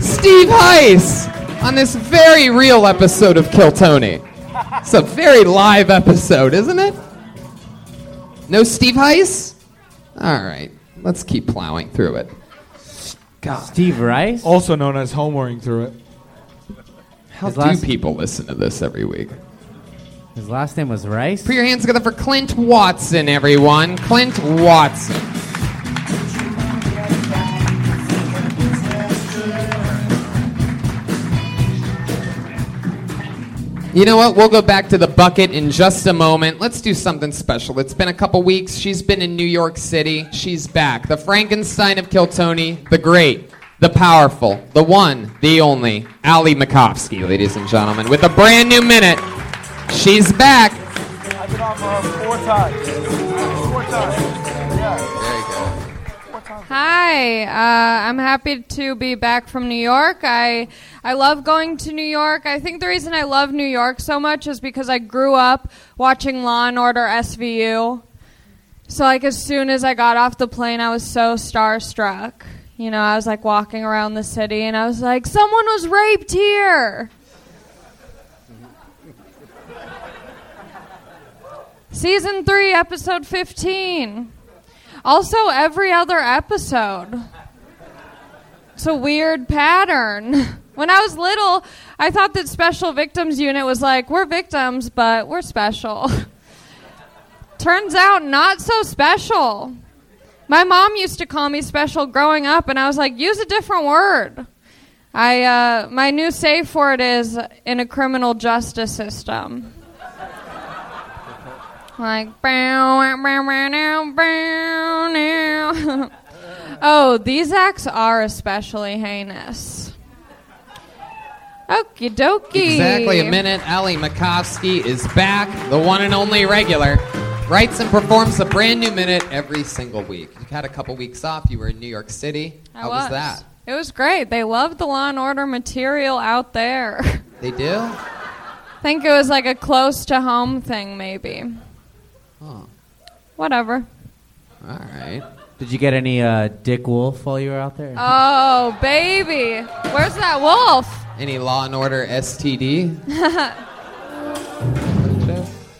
Steve Heiss on this very real episode of Kill Tony. It's a very live episode, isn't it? No Steve Heiss? All right, let's keep plowing through it.
Steve Rice?
Also known as homeworking through it.
How
His
do
last-
people listen to this every week?
His last name was Rice.
Put your hands together for Clint Watson, everyone. Clint Watson. You know what? We'll go back to the bucket in just a moment. Let's do something special. It's been a couple weeks. She's been in New York City. She's back. The Frankenstein of Kiltony, the great, the powerful, the one, the only, Ali Makovsky, ladies and gentlemen, with a brand new minute. She's back.
I've been on for four times. Four times. Yeah. There you go.
Hi, uh, I'm happy to be back from New York. I I love going to New York. I think the reason I love New York so much is because I grew up watching Law and Order SVU. So like as soon as I got off the plane, I was so starstruck. You know, I was like walking around the city and I was like, someone was raped here. Season 3, episode 15. Also, every other episode. It's a weird pattern. When I was little, I thought that Special Victims Unit was like, we're victims, but we're special. <laughs> Turns out, not so special. My mom used to call me special growing up, and I was like, use a different word. I, uh, my new safe word is in a criminal justice system. Like, bow, bow, bow, now, bow, <laughs> now. oh, these acts are especially heinous. Okie dokie.
Exactly a minute. Ali Makovsky is back, the one and only regular. Writes and performs a brand new minute every single week. You've had a couple weeks off. You were in New York City.
I
How was. that?
It was great. They loved the Law and Order material out there. <laughs>
They do?
I think it was like a close to home thing, maybe.
Oh,
Whatever.
<laughs> all right.
Did you get any uh, Dick Wolf while you were out there?
Oh, baby. Where's that wolf? <laughs>
Any Law and Order STD? Is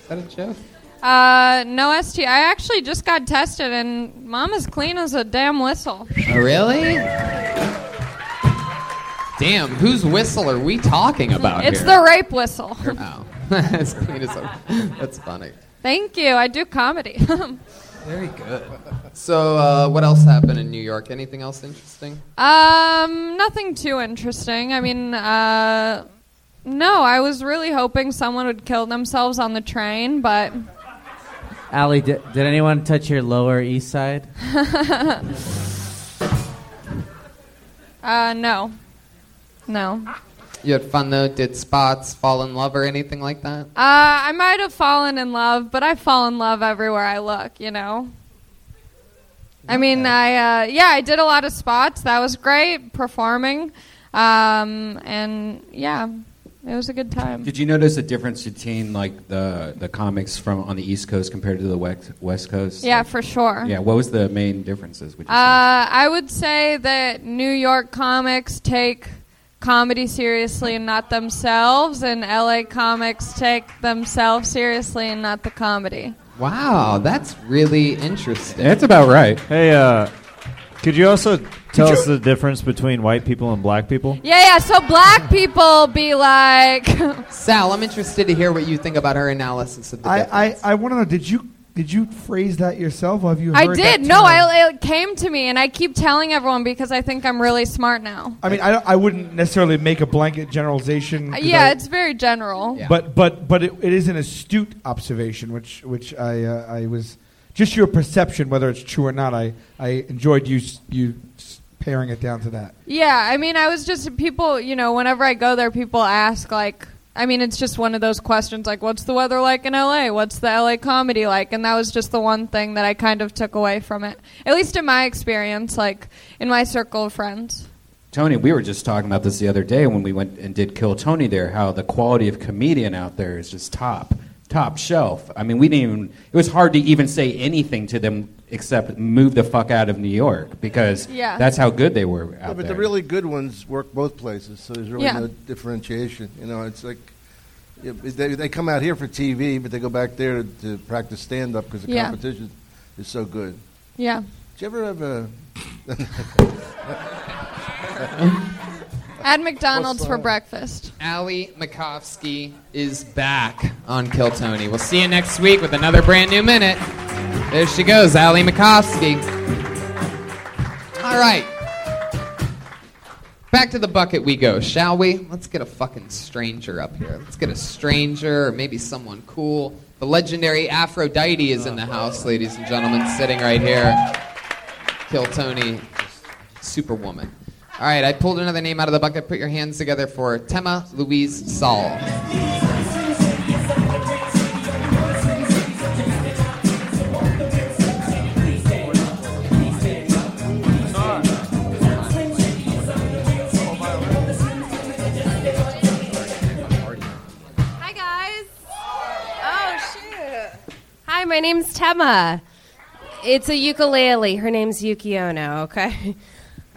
that a joke?
Uh, no ST. I actually just got tested, and mom is clean as a damn whistle.
Oh, really? Damn, whose whistle are we talking about
it's
here?
the rape whistle.
Oh, <laughs> as clean as a, that's funny.
Thank you. I do comedy. <laughs>
Very good. So, uh, what else happened in New York? Anything else interesting?
um, nothing too interesting. I mean, uh, no, I was really hoping someone would kill themselves on the train, but <laughs>
Allie, did, did anyone touch your Lower East Side?
uh, no, no.
You had fun though. Did spots, fall in love, or anything like that?
Uh, I might have fallen in love, but I fall in love everywhere I look, you know? I mean, I, uh, yeah, I did a lot of spots. That was great performing. Um, and yeah, it was a good time.
Did you notice a difference between like the the comics from on the East Coast compared to the West West Coast?
Yeah,
Like,
for sure.
Yeah, what was the main differences? Would you
Uh, I would say that New York comics take comedy seriously and not themselves, and LA comics take themselves seriously and not the comedy.
Wow, that's really interesting.
right. Hey, uh, could you also tell us the difference between white people and black people?
<laughs> Yeah, yeah, so black people be like.
Sal, I'm interested to hear what you think about her analysis of the. difference.
I, I, I want to know did you did you phrase that yourself? Or have you?
I
heard
did.
that
No,
term?
I, it came to me, and I keep telling everyone because I think I'm really smart now.
I mean, I, I wouldn't necessarily make a blanket generalization. 'cause
Uh, yeah,
I-
it's very general.
But but but it, it is an astute observation, which which I uh, I was just your perception, whether it's true or not. I, I enjoyed you s- you s- paring it down to
<laughs>
that.
Yeah, I mean, I was just people. You know, whenever I go there, people ask like, I mean, it's just one of those questions like, what's the weather like in LA? What's the LA comedy like? And that was just the one thing that I kind of took away from it, at least in my experience, like in my circle of friends.
Tony, we were just talking about this the other day when we went and did Kill Tony there, how the quality of comedian out there is just top, top shelf. I mean, we didn't even, it was hard to even say anything to them except move the fuck out of New York because
Yeah.
that's how good they were
Yeah,
out
but
there.
the really good ones work both places, so there's really
Yeah.
no differentiation. You know, it's like yeah, they, they come out here for TV, but they go back there to, to practice stand up because the
Yeah.
competition is so good.
Yeah.
Did you ever have a. <laughs>
<laughs> At McDonald's
What's
for
that?
breakfast.
Allie Makovsky is
Back on Kill Tony. We'll see you next week with another brand new minute. There she goes, Allie Makovsky.
All right. Back to the bucket we go, shall we? Let's get a fucking stranger up here. Let's get a stranger or maybe someone cool. The legendary Aphrodite is in the house, ladies and gentlemen, sitting right here. Kill Tony, Superwoman. All right, I pulled another name out of the bucket. Put your hands together for Tema Louise Saul.
Hi, guys. Oh, shoot. Hi, my name's Tema. It's a ukulele. Her name's Yuki Ono, okay?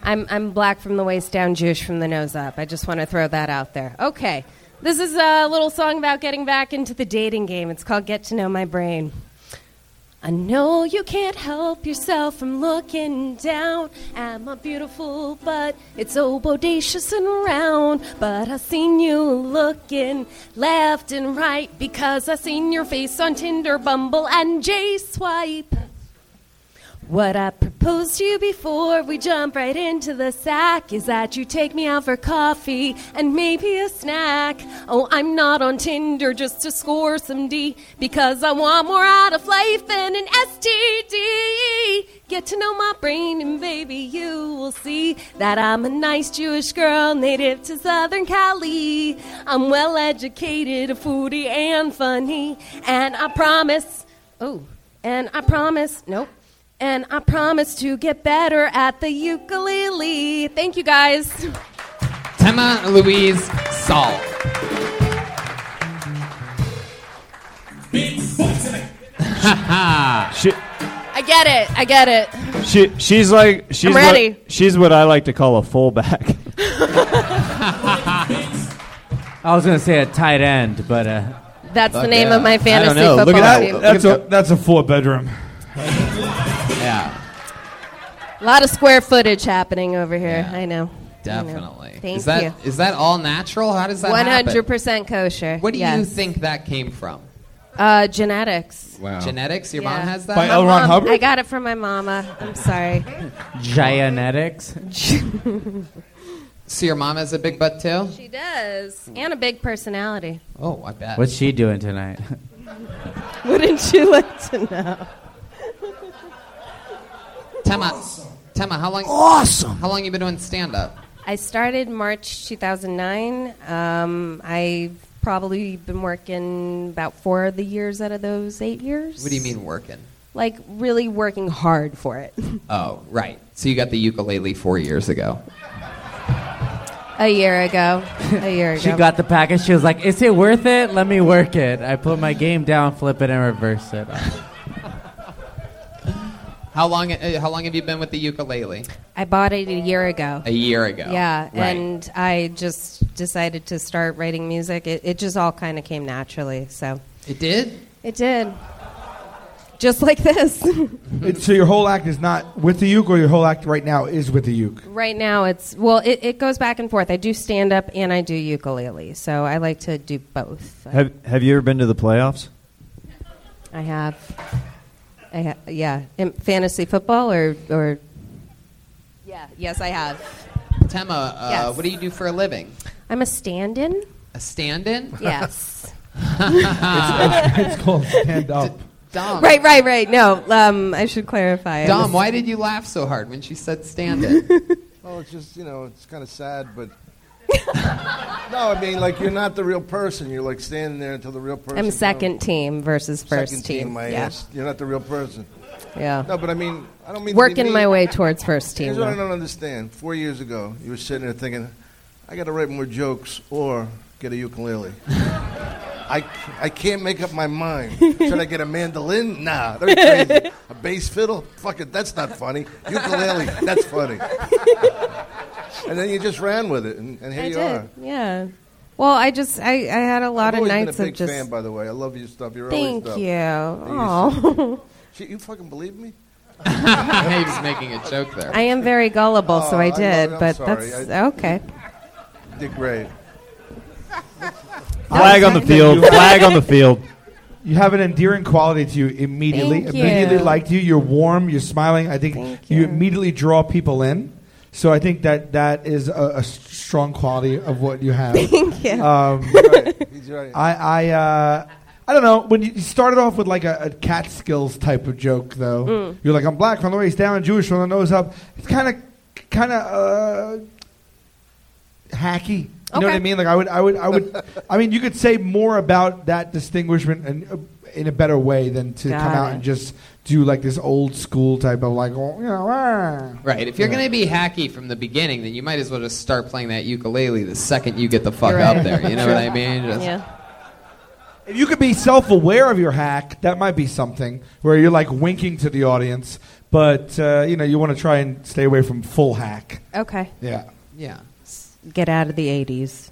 I'm, I'm black from the waist down, Jewish from the nose up. I just want to throw that out there. Oh, Okay. This is a little song about getting back into the dating game. It's called Get to Know My Brain. I know you can't help yourself from looking down at my beautiful butt. It's so bodacious and round. But I seen you looking left and right because I seen your face on Tinder, Bumble, and J Swipe. What I proposed to you before we jump right into the sack is that you take me out for coffee and maybe a snack. Oh, I'm not on Tinder just to score some D because I want more out of life than an STD. E. Get to know my brain and baby, you will see that I'm a nice Jewish girl native to Southern Cali. I'm well educated, a foodie, and funny. And I promise, oh, and I promise, nope. And I promise to get better at the ukulele. Thank you guys.
Tema Louise Saul.
she,
I get it. I get it.
she, she's like she's
I'm
what-
ready.
she's what I like to call a fullback.
I was gonna say a tight end, but uh,
That's the name of my fantasy football team.
That's a that's a four bedroom.
Yeah.
A lot of square footage happening over here. I know.
Definitely.
I know. Thank
is that
you.
is that all natural? How does that
One hundred
happen?
percent kosher.
What do you
Yes.
think that came from?
Uh, genetics.
Wow. Genetics? Your mom
Yeah.
has that?
My mom- I got it from my mama. I'm sorry.
Gianetics.
so your mom has a big butt too?
she does, and a big personality.
Oh, I bet.
What's she
<laughs>
doing tonight?
<laughs> Wouldn't you like to know?
Tema, Tema, how long?
Awesome.
How long you been doing stand up?
I started March 2009. Um, I've probably been working about four of the years out of those eight years.
What do you mean working?
Like really working hard for it.
Oh, right. So you got the ukulele four years ago.
a year ago. A year ago.
<laughs> She got the package. She was like, "Is it worth it? Let me work it." I put my game down, flip it, and reverse it.
How long? Uh, how long have you been with the ukulele?
I bought it a year ago.
A year ago.
Yeah,
Right.
and I just decided to start writing music. It, it just all kind of came naturally. So
it did.
It did. Just like this.
<laughs> It- so your whole act is not with the uke, or your whole act right now is with the uke.
right now, it's well, it, it goes back and forth. I do stand up and I do ukulele, so I like to do both.
<laughs> Have Have you ever been to the playoffs?
I have, I ha- yeah, in fantasy football or or Yeah. Yes, I have.
Tema, uh,
Yes.
what do you do for a living?
I'm a stand-in.
A stand-in? <laughs>
Yes.
it's, it's called stand up.
Dom.
Right, right, right. No, um, I should clarify. I
Dom,
was-
why did you laugh so hard when she said stand it?
<laughs>
Well, it's just you know, it's kind of sad, but <laughs> no, I mean, like you're not the real person. You're like standing there until the real person.
I'm second team versus first
second
team.
team. my
yeah.
ass. You're not the real person.
Yeah.
No, but I mean, I don't mean to be
Working my
mean.
way towards first team.
Here's what I
though.
don't understand. Four years ago, you were sitting there thinking, I got to write more jokes or get a ukulele. <laughs> I, c- I can't make up my
<laughs>
mind. Should I get a mandolin? Nah, that's crazy. A bass fiddle? Fuck it, that's not funny. Ukulele, that's
<laughs>
funny. and then you just ran with it, and, and here
I
you
did.
are.
Yeah. Well, I just I, I had a lot
I've
of
always
nights
been a
of
big
just
fan, by the way. I love your stuff. You're
Thank
always
you.
Aw.
Oh.
Shit, you fucking believe me?
<laughs> he was making a joke there.
I am very gullible, so
Oh,
I
I'm
did,
not- I'm
but
sorry.
that's
I-
okay.
Dick Ray.
Flag on the field. Flag on the field.
<laughs> You have an endearing quality to you immediately.
Thank
immediately
you.
liked you. You're warm. You're smiling. I think you, immediately draw people in. So I think that that is a, a s- strong quality of what you have.
Thank you.
Um, <laughs>
He's right.
I I uh, I don't know. When you you started off with like a, a cat skills type of joke, though,
Mm.
you're like I'm black from the waist down, Jewish from the nose up. It's kind of kind of uh, hacky. You know what I mean? Like I would I would I would I mean you could say more about that distinguishment and. Uh, in a better way than to
Got
come out
it.
and just do like this old school type of like, oh, you know, ah.
Right. If you're going to be hacky from the beginning, then you might as well just start playing that ukulele the second you get the fuck
You're
up
right.
there. You know what
<laughs>
I mean? Just-
Yeah.
If you could be self aware of your hack, that might be something where you're like winking to the audience, but uh, you know, you want to try and stay away from full hack.
Okay.
Yeah.
Yeah.
Get out of the 80s.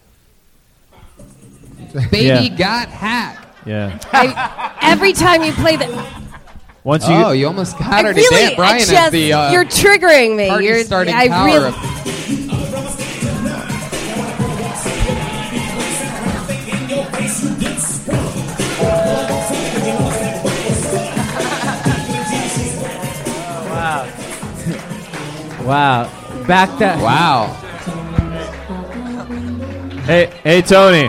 Baby got hacked.
Yeah.
I, every time you play the.
Once
oh,
you-
you almost
I
got her
really,
to Dan Brian
I
at
just,
the. Uh,
you're triggering me.
party
You're
starting
I
power
really,
of-
Wow.
Wow. Back that.
Wow.
Hey, hey, Tony.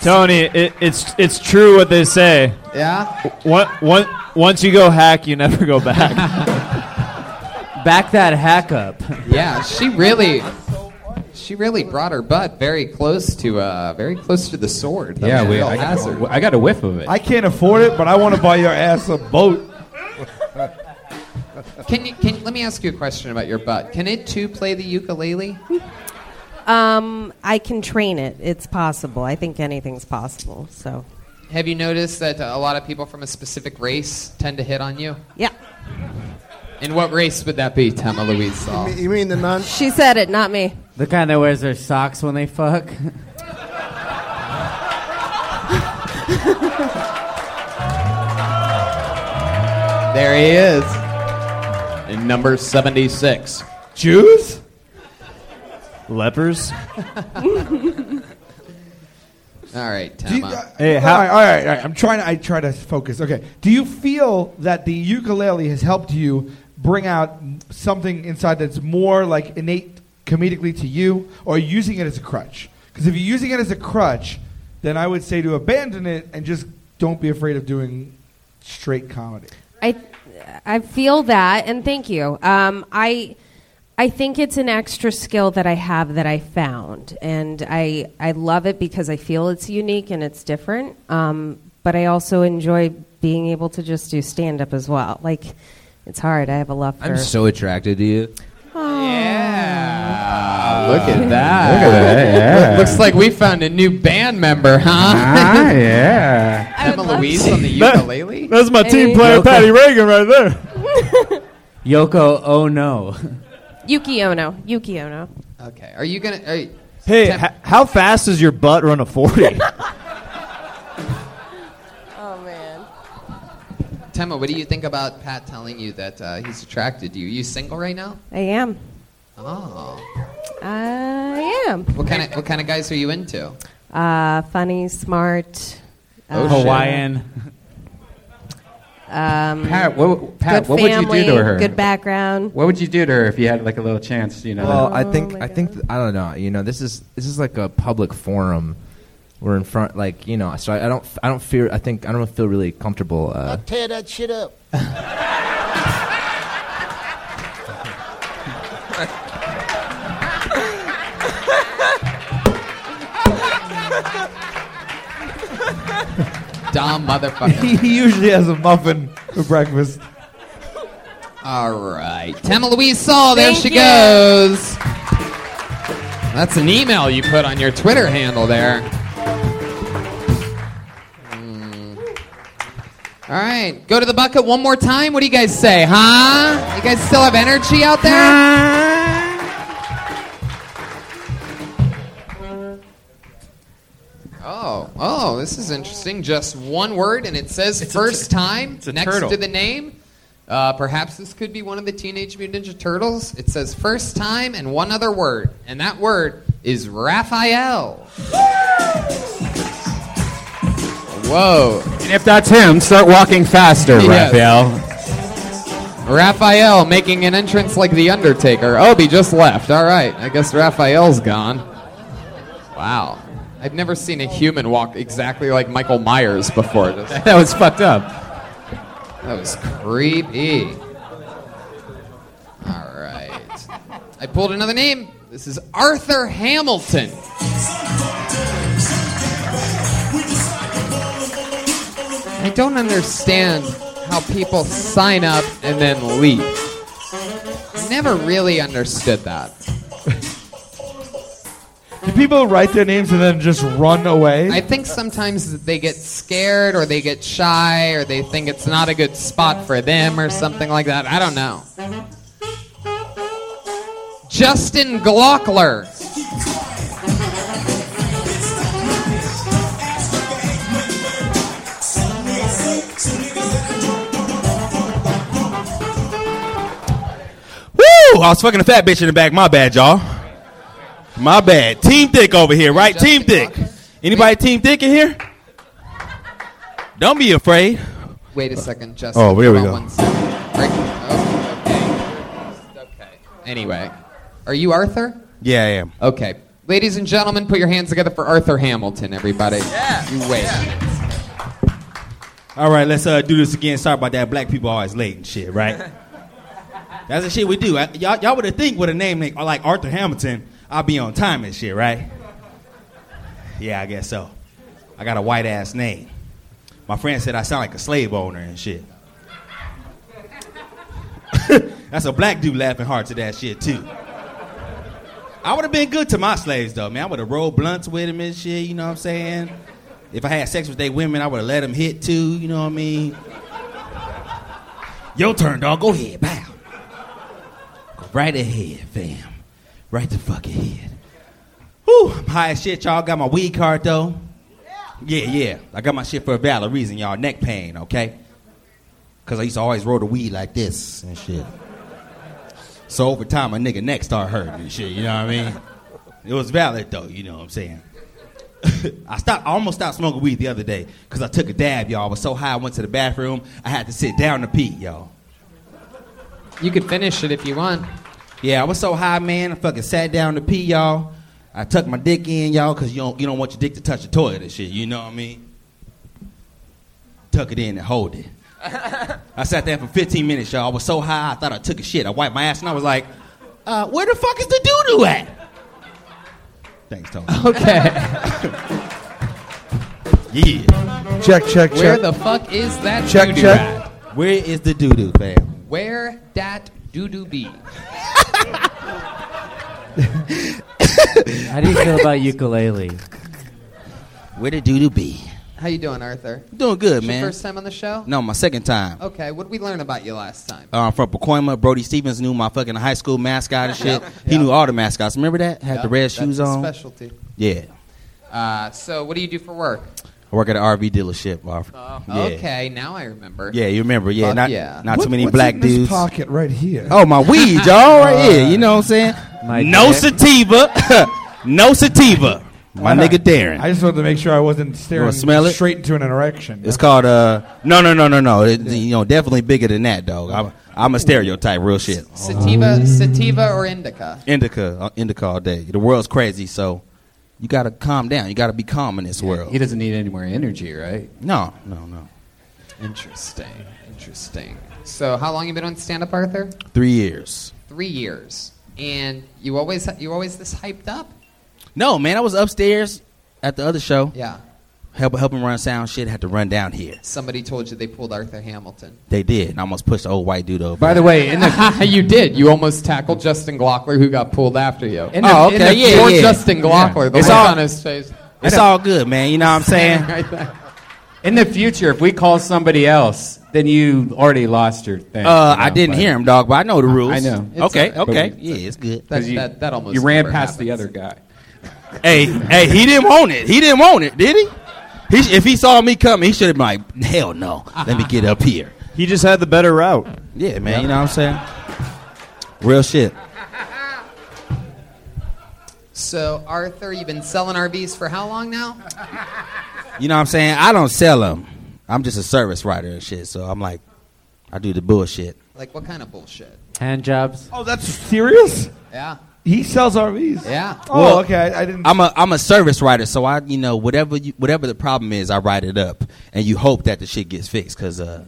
Tony, it, it's it's true what they say.
Yeah.
One, one, once you go hack, you never go
<laughs>
back.
Back that hack up.
yeah, she really. She really brought her butt very close to uh, very close to the sword. That was a real hazard.
I got a whiff of it.
I can't afford it, but I want to buy your ass a boat.
Can you can let me ask you a question about your butt? Can it too play
<laughs>
the ukulele?
um, I can train it. It's possible. I think anything's possible. So,
Have you noticed that uh, a lot of people from a specific race tend to hit on you?
Yeah.
And what race would that be, Tama Louise Saul?
You mean the non?
She said it, not me. <laughs>
The kind that wears their socks when they fuck.
There he is. In number 76.
Jews?
Lepers?
All right,
Do you-
Tama.
Hey,
all, right, all right, all right. I'm trying. To, I try to focus. Okay. Do you feel that the ukulele has helped you bring out something inside that's more like innate comedically to you, or are you using it as a crutch? Because if you're using it as a crutch, then I would say to abandon it and just don't be afraid of doing straight comedy.
I I feel that, and thank you. Um, I I think it's an extra skill that I have that I found, and I I love it because I feel it's unique and it's different. Um, but I also enjoy being able to just do stand up as well. Like it's hard. I have a love
<laughs>
for.
I'm
<laughs>
so attracted to you.
Ah, look at that.
Uh, Look at that, yeah.
Looks like we found a new band member, huh? <laughs>
Ah,
yeah.
<laughs>
Tama Louise on the
That-
ukulele?
that's my team player,
Yoko,
Patty
Reagan, right there.
<laughs> Yoko, oh no.
Yuki Ono. Yuki Ono.
Okay. Are you gonna? Are you,
hey, h- how fast does your butt run
<laughs>
a 40?
Oh man.
Tama, what do you think about Pat telling you that uh, he's attracted to you? You single right now?
I am.
Oh.
I am.
What kind of what kind of guys are you into?
Uh, funny, smart.
Oh,
uh,
shit.
Um,
Pat, what, Pat,
good
what
family,
would you do to her?
Good background.
What would you do to her if you had like a little chance? You know.
Well, I think I think th- I don't know. You know, this is this is like a public forum. were in front, like you know. So I, I don't, I don't fear. I think I don't feel really comfortable. Uh,
Tear that shit up.
Dumb
Uh,
motherfucker.
<laughs>
<laughs> he usually has a muffin for breakfast.
All right. Tama Louise Saul, there
Thank
she
you.
goes. That's an email you put on your Twitter handle there. Hmm. All right. Go to the bucket one more time. What do you guys say, huh? You guys still have energy out there? Oh, oh, this is interesting. Just one word, and it says first time
a
next
turtle.
to the name. Uh, perhaps this could be one of the Teenage Mutant Ninja Turtles. It says first time and one other word, and that word is Raphael. Whoa.
And if that's him, start
<laughs>
walking faster,
Yes.
Raphael.
Raphael making an entrance like The Undertaker. Oh, he just left. All right. I guess Raphael's gone. Wow. I've never seen a human walk exactly like Michael Myers
<laughs>
before. Just-
That was fucked up.
That was creepy. All right. I pulled another name. This is Arthur Hamilton. I don't understand how people sign up and then leave. Never really understood that.
Do people write their names and then just run away?
I think sometimes they get scared or they get shy or they think it's not a good spot for them or something like that. I don't know. Justin Glockler.
Woo! I was fucking a fat bitch in the back. My bad, y'all. My bad. Team Thick over here, right? Team Thick. Anybody Team Thick in here? Don't be afraid.
Wait a second, Justin.
Oh, here we
Hold on
go.
one second. Right- oh, okay. Anyway, are you Arthur?
Yeah, I am.
Okay. Ladies and gentlemen, put your hands together for Arthur Hamilton, everybody. Yeah. You wait.
All right, let's uh, do this again. Sorry about that. Black people always late and shit, right? That's the shit we do. I, y'all, y'all would have think with a name like, like Arthur Hamilton, I'll be on time and shit, right? Yeah, I guess so. I got a white ass name. My friend said I sound like a slave owner and shit. <laughs> That's a black dude laughing hard to that shit too. I would have been good to my slaves though, man. I would have rolled blunts with them and shit. You know what I'm saying? If I had sex with their women, I would have let them hit too. You know what I mean? Your turn, dog. Go ahead, bow. Go right ahead, fam. Right the fuck ahead. Whew, I'm high as shit, y'all. Got my weed card though. Yeah, yeah. I got my shit for a valid reason, y'all. Neck pain, okay? Cause I used to always roll the weed like this and shit. So over time, a nigga neck start hurting and shit. You know what I mean? It was valid though. You know what I'm saying? I stopped. I almost stopped smoking weed the other day because I took a dab, y'all. I was so high, I went to the bathroom. I had to sit down to pee, y'all.
You could finish it if you want.
Yeah, I was so high, man. I fucking sat down to pee, y'all. I tucked my dick in, y'all, because you don't, you don't want your dick to touch the toilet and shit. You know what I mean? Tuck it in and
<laughs>
hold it. I sat there for 15 minutes, y'all. I was so high, I thought I took a shit. I wiped my ass and I was like, Uh, where the fuck is the doo doo at? Thanks, Tony.
<laughs> Okay.
<laughs> yeah.
Check, check,
Where
check.
the fuck is that
Check,
doo-doo
check.
at?
Where is the doo doo, fam?
Where that doo-doo
<laughs>
be?
How do you feel about ukulele?
Where the doo doo be?
How you doing, Arthur?
Doing good,
This your
man.
first time on the show?
No, my second time.
Okay, what did we learn about you last time?
uh, from Pacoima. Brody Stevens knew my fucking high school mascot
<laughs>
and shit.
Yep,
He knew all the mascots. Remember that? Had the
Yep,
red
that's
shoes
his
on.
Specialty.
Yeah.
Uh, so, what do you do for work?
I work at an RV dealership. Alfred. yeah.
Uh, Okay, now I remember.
Yeah, you remember. Yeah,
Fuck
not,
yeah.
not
What-
too many
what's
black
in this
dudes.
pocket right here. Uh,
Oh, my weed, y'all, right
<laughs>
here. You know what I'm saying?
My
no
dick.
sativa. <laughs> no sativa. My nigga Darren.
I just wanted to make sure I wasn't staring
wanna smell it?
straight into an erection.
It's called uh no no no no no It- you know definitely bigger than that dog I'm I'm a stereotype real shit Uh-huh.
Sativa, sativa or indica?
indica uh, indica all day the world's crazy so You got to calm down. You got to be calm in this world.
He doesn't need any more energy, right?
No, no, no.
Interesting. Interesting.
So, how long you been on stand up, Arthur?
Three years.
Three years. And you always you always this hyped up.
No, man, I was upstairs at the other show.
Yeah.
Help, help him run sound shit. Had to run down here.
Somebody told you they pulled Arthur <laughs> Hamilton.
They did. and I almost pushed the old white dude over.
By the way, in the
you did. You almost tackled Justin Glockler, who got pulled after you. Oh,
In the- in the-
yeah,
poor
yeah.
Justin Glockler, the
It's
look
all
on his face.
It's
I know.
all good, man. You know
<laughs>
what I'm saying?
In the future, if we call somebody else, then you already lost your thing.
<laughs> Uh, I didn't hear him, dog, but I know the rules.
I know.
okay, okay, yeah, it's good.
'Cause you- You ran past the other guy.
hey, hey, he didn't want it. He didn't want it, did he? he sh- if he saw me coming, he should have been like, hell no, let me get up here.
He just had the better route.
Yeah, man, you know what I'm saying? Real shit.
So, Arthur, you've been selling RVs for how long now?
You know what I'm saying? I don't sell them. I'm just a service writer and shit. So I'm like, I do the bullshit.
Like, what kind of bullshit?
Hand jobs.
Oh, that's serious.
Yeah. <laughs>
He sells Oh, RVs.
Yeah.
Well, I'm a I'm a service writer, so I you know whatever you, whatever the problem is, I write it up, and you hope that the shit gets fixed because uh,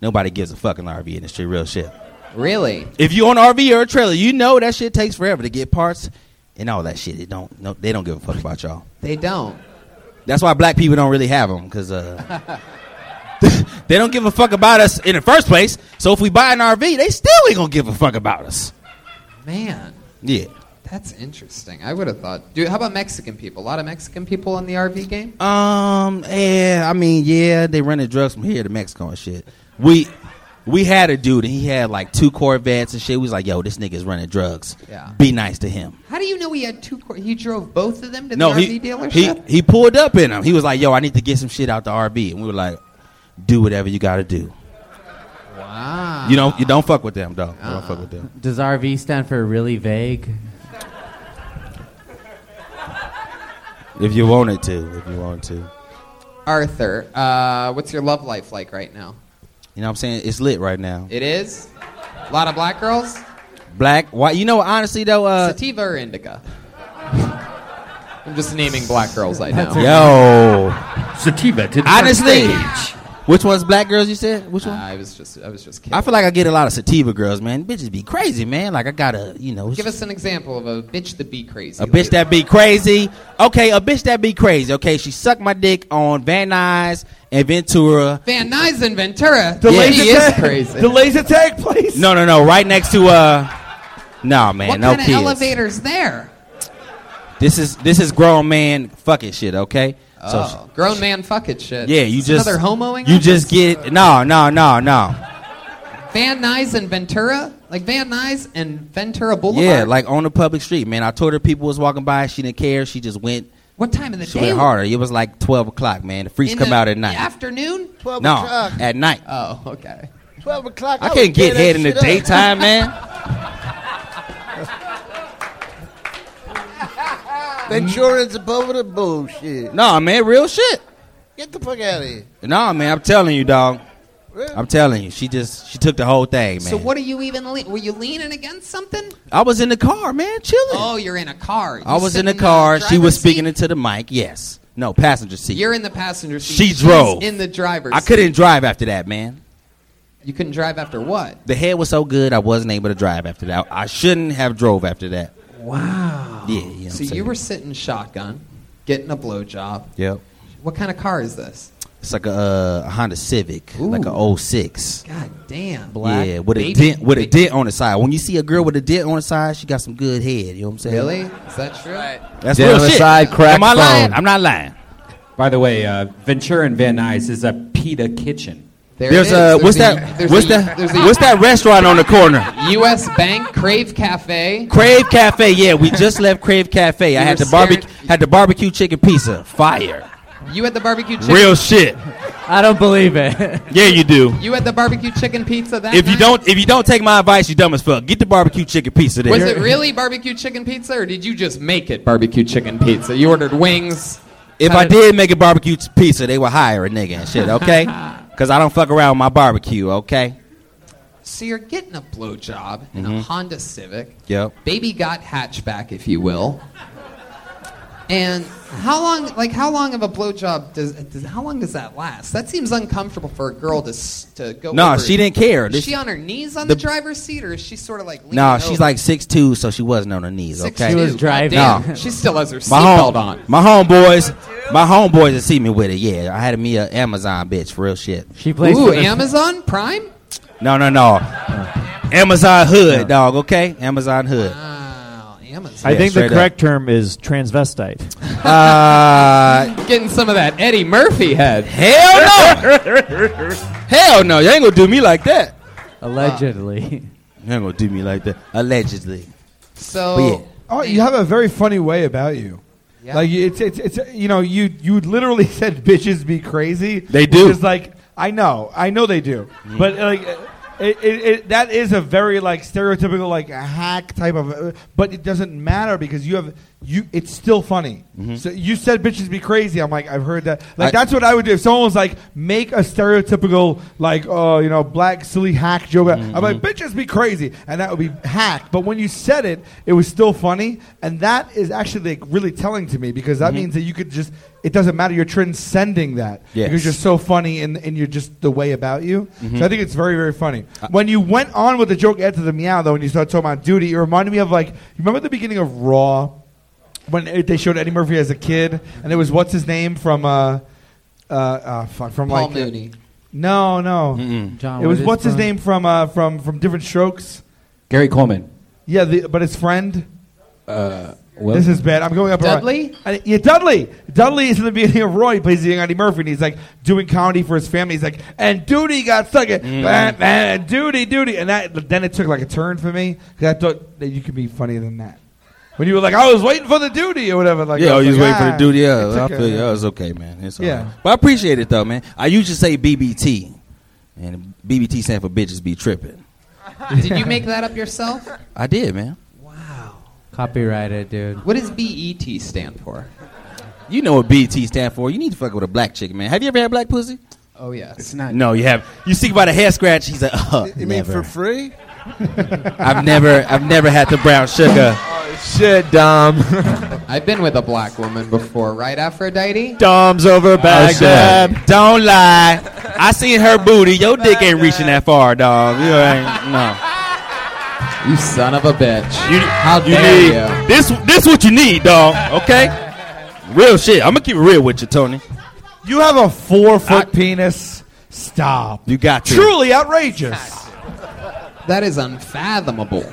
nobody gives a fucking RV industry real shit.
Really?
If you own an RV or a trailer, you know that shit takes forever to get parts and all that shit. It don't no, they don't give a fuck about y'all.
They don't.
That's why black people don't really have them because uh, they don't give a fuck about us in the first place. So if we buy an RV, they still ain't gonna give a fuck about us.
Man,
Yeah.
that's interesting. I would have thought. Dude, how about Mexican people? A lot of Mexican people in the RV game?
Um. Yeah. I mean, yeah, they rented drugs from here to Mexico and shit. We we had a dude and he had like two Corvettes and shit. We was like, yo, this nigga's running drugs.
Yeah.
Be nice to him.
How do you know he had two? Cor- he drove both of them to
no,
the
he,
RV dealership.
he he pulled up in him. He was like, yo, I need to get some shit out the RV, and we were like, do whatever you got to do.
Wow.
You don't you don't fuck with them, dog. You Don't fuck with them.
Uh-huh.
Does RV stand for really vague?
If you wanted to, if you wanted to. You
Arthur, uh, what's your love life like right now?
know what I'm saying? It's lit right now.
It is a lot of black girls,
Black, white. You know, what, honestly though, uh,
sativa or indica. <laughs> I'm just naming black girls I know.
Yo.
Sativa to the
Honestly.
front
Which one's black girls you said? Which one?
I was just I was just kidding.
I feel like I get a lot of sativa girls, man. Bitches be crazy, man. Like I gotta, you know,
Give us an example of a bitch that be crazy.
a bitch that be crazy. Okay, a bitch that be crazy. Okay, she sucked my dick on Van Nuys and Ventura.
Van Nuys and Ventura.
The
yeah,
laser
he is
tag-
crazy.
the
laser tag place.
No, no, no. Right next to uh, nah, man,
What
no
kind of
kids.
elevators there?
this is this is grown man fucking shit. Okay.
Oh, grown man fuck it shit.
yeah, you
It's
just
another homoing.
You
up?
just get no, no, no, no.
Van Nuys and Ventura, like Van Nuys and Ventura Boulevard.
Yeah, like on the public street, man. I told her people was walking by. She didn't care. She just went.
What time of the
She
day?
went harder. It was like twelve o'clock, man. The freaks
In
come
the
out at night.
Afternoon. Twelve
No, at night.
Oh, okay.
Twelve o'clock.
I can't get head in the
<laughs>
daytime, man.
The insurance above the bullshit.
Nah, man, real shit.
Get the fuck out of here.
Nah, man, I'm telling you, dog. I'm telling you, she just she took the whole thing, man.
So what are you even? Le- were you leaning against something?
I was in the car, man, chilling.
Oh, you're in a car.
I
You
was in the
sitting the
car. She was
driver's
speaking into the mic. Yes, no passenger seat.
You're in the passenger seat.
she
She's
drove
in the driver's.
I couldn't drive after that, man.
Seat. You couldn't drive after what?
The head was so good, I wasn't able to drive after that. I shouldn't have drove after that.
Wow.
Yeah, yeah, I'm
so
saying.
you were sitting shotgun, getting a blowjob.
Yep.
What kind of car is this?
It's like a, uh, a Honda Civic, like a 06.
God damn.
Yeah, with a
Baby-
dent, with a dent on the side. When you see a girl with a dent on the side, she got some good head. You know what I'm saying?
Really? Is that true?
That's
Dent
real
on the
shit.
side, crack
Am I lying?
phone.
I'm not lying.
By the way, uh, Ventura and Van Nuys is a pita kitchen.
There
there's
it
a
is.
what's
There's
that?
there's
what's
a-
that?
there's a-
What's that restaurant on the corner?
U.S. Bank Crave Cafe.
Crave Cafe. Yeah, we
<laughs>
just left Crave Cafe. I
You
had
were
the barbecue had the barbecue chicken pizza. Fire.
You had the barbecue chicken.
Real shit.
I don't believe it.
Yeah, you do.
You had the barbecue chicken pizza that
If you
night?
don't if you don't take my advice, you dumb as fuck. Get the barbecue chicken pizza there.
Was it really barbecue chicken pizza, or did you just make it barbecue chicken pizza? You ordered wings.
If I did make a barbecue t- pizza, they would hire a nigga and
<laughs>
shit, okay? Because I don't fuck around with my barbecue, okay?
So you're getting a blowjob in a
Mhm.
Honda Civic.
Yep.
Baby got hatchback, if you will. And how long, like, how long of a blowjob does, does how long does that last? That seems uncomfortable for a girl to s- to go.
No,
over-
she didn't care.
Is
This-
she on her knees on the,
the-
driver's seat, or is she sort of like? leaning
No, she's
over?
like six two, so she wasn't on her knees. Okay,
6'2", She was driving. goddamn.
No.
<laughs> She still has her
My home-
seatbelt on.
My homeboys, my homeboys that see me with it. Yeah, I had me a Amazon bitch for real shit. She
Ooh, Amazon Prime.
No, no, no. Amazon hood, dog. Okay, Amazon hood.
Amazon.
I
Yeah,
think the
straight up.
correct term is transvestite.
Uh,
Getting some of that Eddie Murphy head.
Hell
<laughs>
no! Hell no! You ain't gonna do me like that.
Allegedly.
You ain't gonna do me like that. Allegedly.
So
But yeah.
Oh, you have a very funny way about you.
Yeah.
Like it's, it's it's you know you you literally <laughs> said bitches be crazy.
They
which
do.
is like I know I know they do,
Mhm.
but like it, it, it, that is a very like stereotypical like a hack type of. uh, But it doesn't matter because you have you. It's still funny. So you said bitches be crazy. I'm like I've heard that. Like
Mm-hmm. I-
that's what I would do if someone was like make a stereotypical like oh you know black silly hack joke. I'm like bitches be crazy, and that would be hack. But when you said it, it was still funny, and that is actually like really telling to me because that
Mhm.
means that you could just it doesn't matter. You're transcending that
Yes.
because you're so funny and and you're just the way about you.
Mhm.
So I think it's very very funny. when you went on with the joke after the meow though, and you started talking about duty, it reminded me of like you remember the beginning of Raw when it, they showed Eddie Murphy as a kid, and it was what's his name from uh, uh, uh fuck, from
Paul
like
Mooney.
No, no,
John
it was
Witherspoon.
what's his name from uh, from from Different Strokes.
Gary Coleman.
Yeah, the, but his friend.
Uh,
this is bad. I'm going up. around-
Dudley?
I- yeah, Dudley. Dudley is in the beginning of Roy. He plays young Eddie Murphy, and he's like doing comedy for his family. He's like, and Duty got stuck in, man, man, Duty, Duty, and that. Then it took like a turn for me because I thought that you could be funnier than that. When you were like, I was waiting for the duty or whatever. Like,
yeah,
I
oh, you was
like,
waiting for
ah,
the
it
duty. Yeah, I
took
feel
a-
you. Oh, It's okay, man. It's all
Yeah.
right. But I appreciate it though, man. I usually say BBT, and BBT stand for bitches be tripping.
Did you make that up yourself?
I did, man.
Copyrighted, dude.
What does BET stand for?
You know what BT stand for? You need to fuck with a black chick, man. Have you ever had black pussy?
Oh yes. It's
not. No, you have. You see by the hair scratch. He's like, uh,
You mean
never.
for
<laughs>
free?
I've never, I've never had the brown sugar.
Shit, Dom.
<laughs> I've been with a black woman before, right, Aphrodite?
Dom's over
Oh,
Baghdad.
Don't lie. I seen her booty. Your dick ain't reaching that far, dog. You ain't no.
You son of a bitch.
You,
How
you
dare
need
you.
this. This what you need, dog. Okay. Real shit. I'm gonna keep it real with you, Tony.
You have a four foot penis. Stop.
You got to.
Truly outrageous.
That is unfathomable.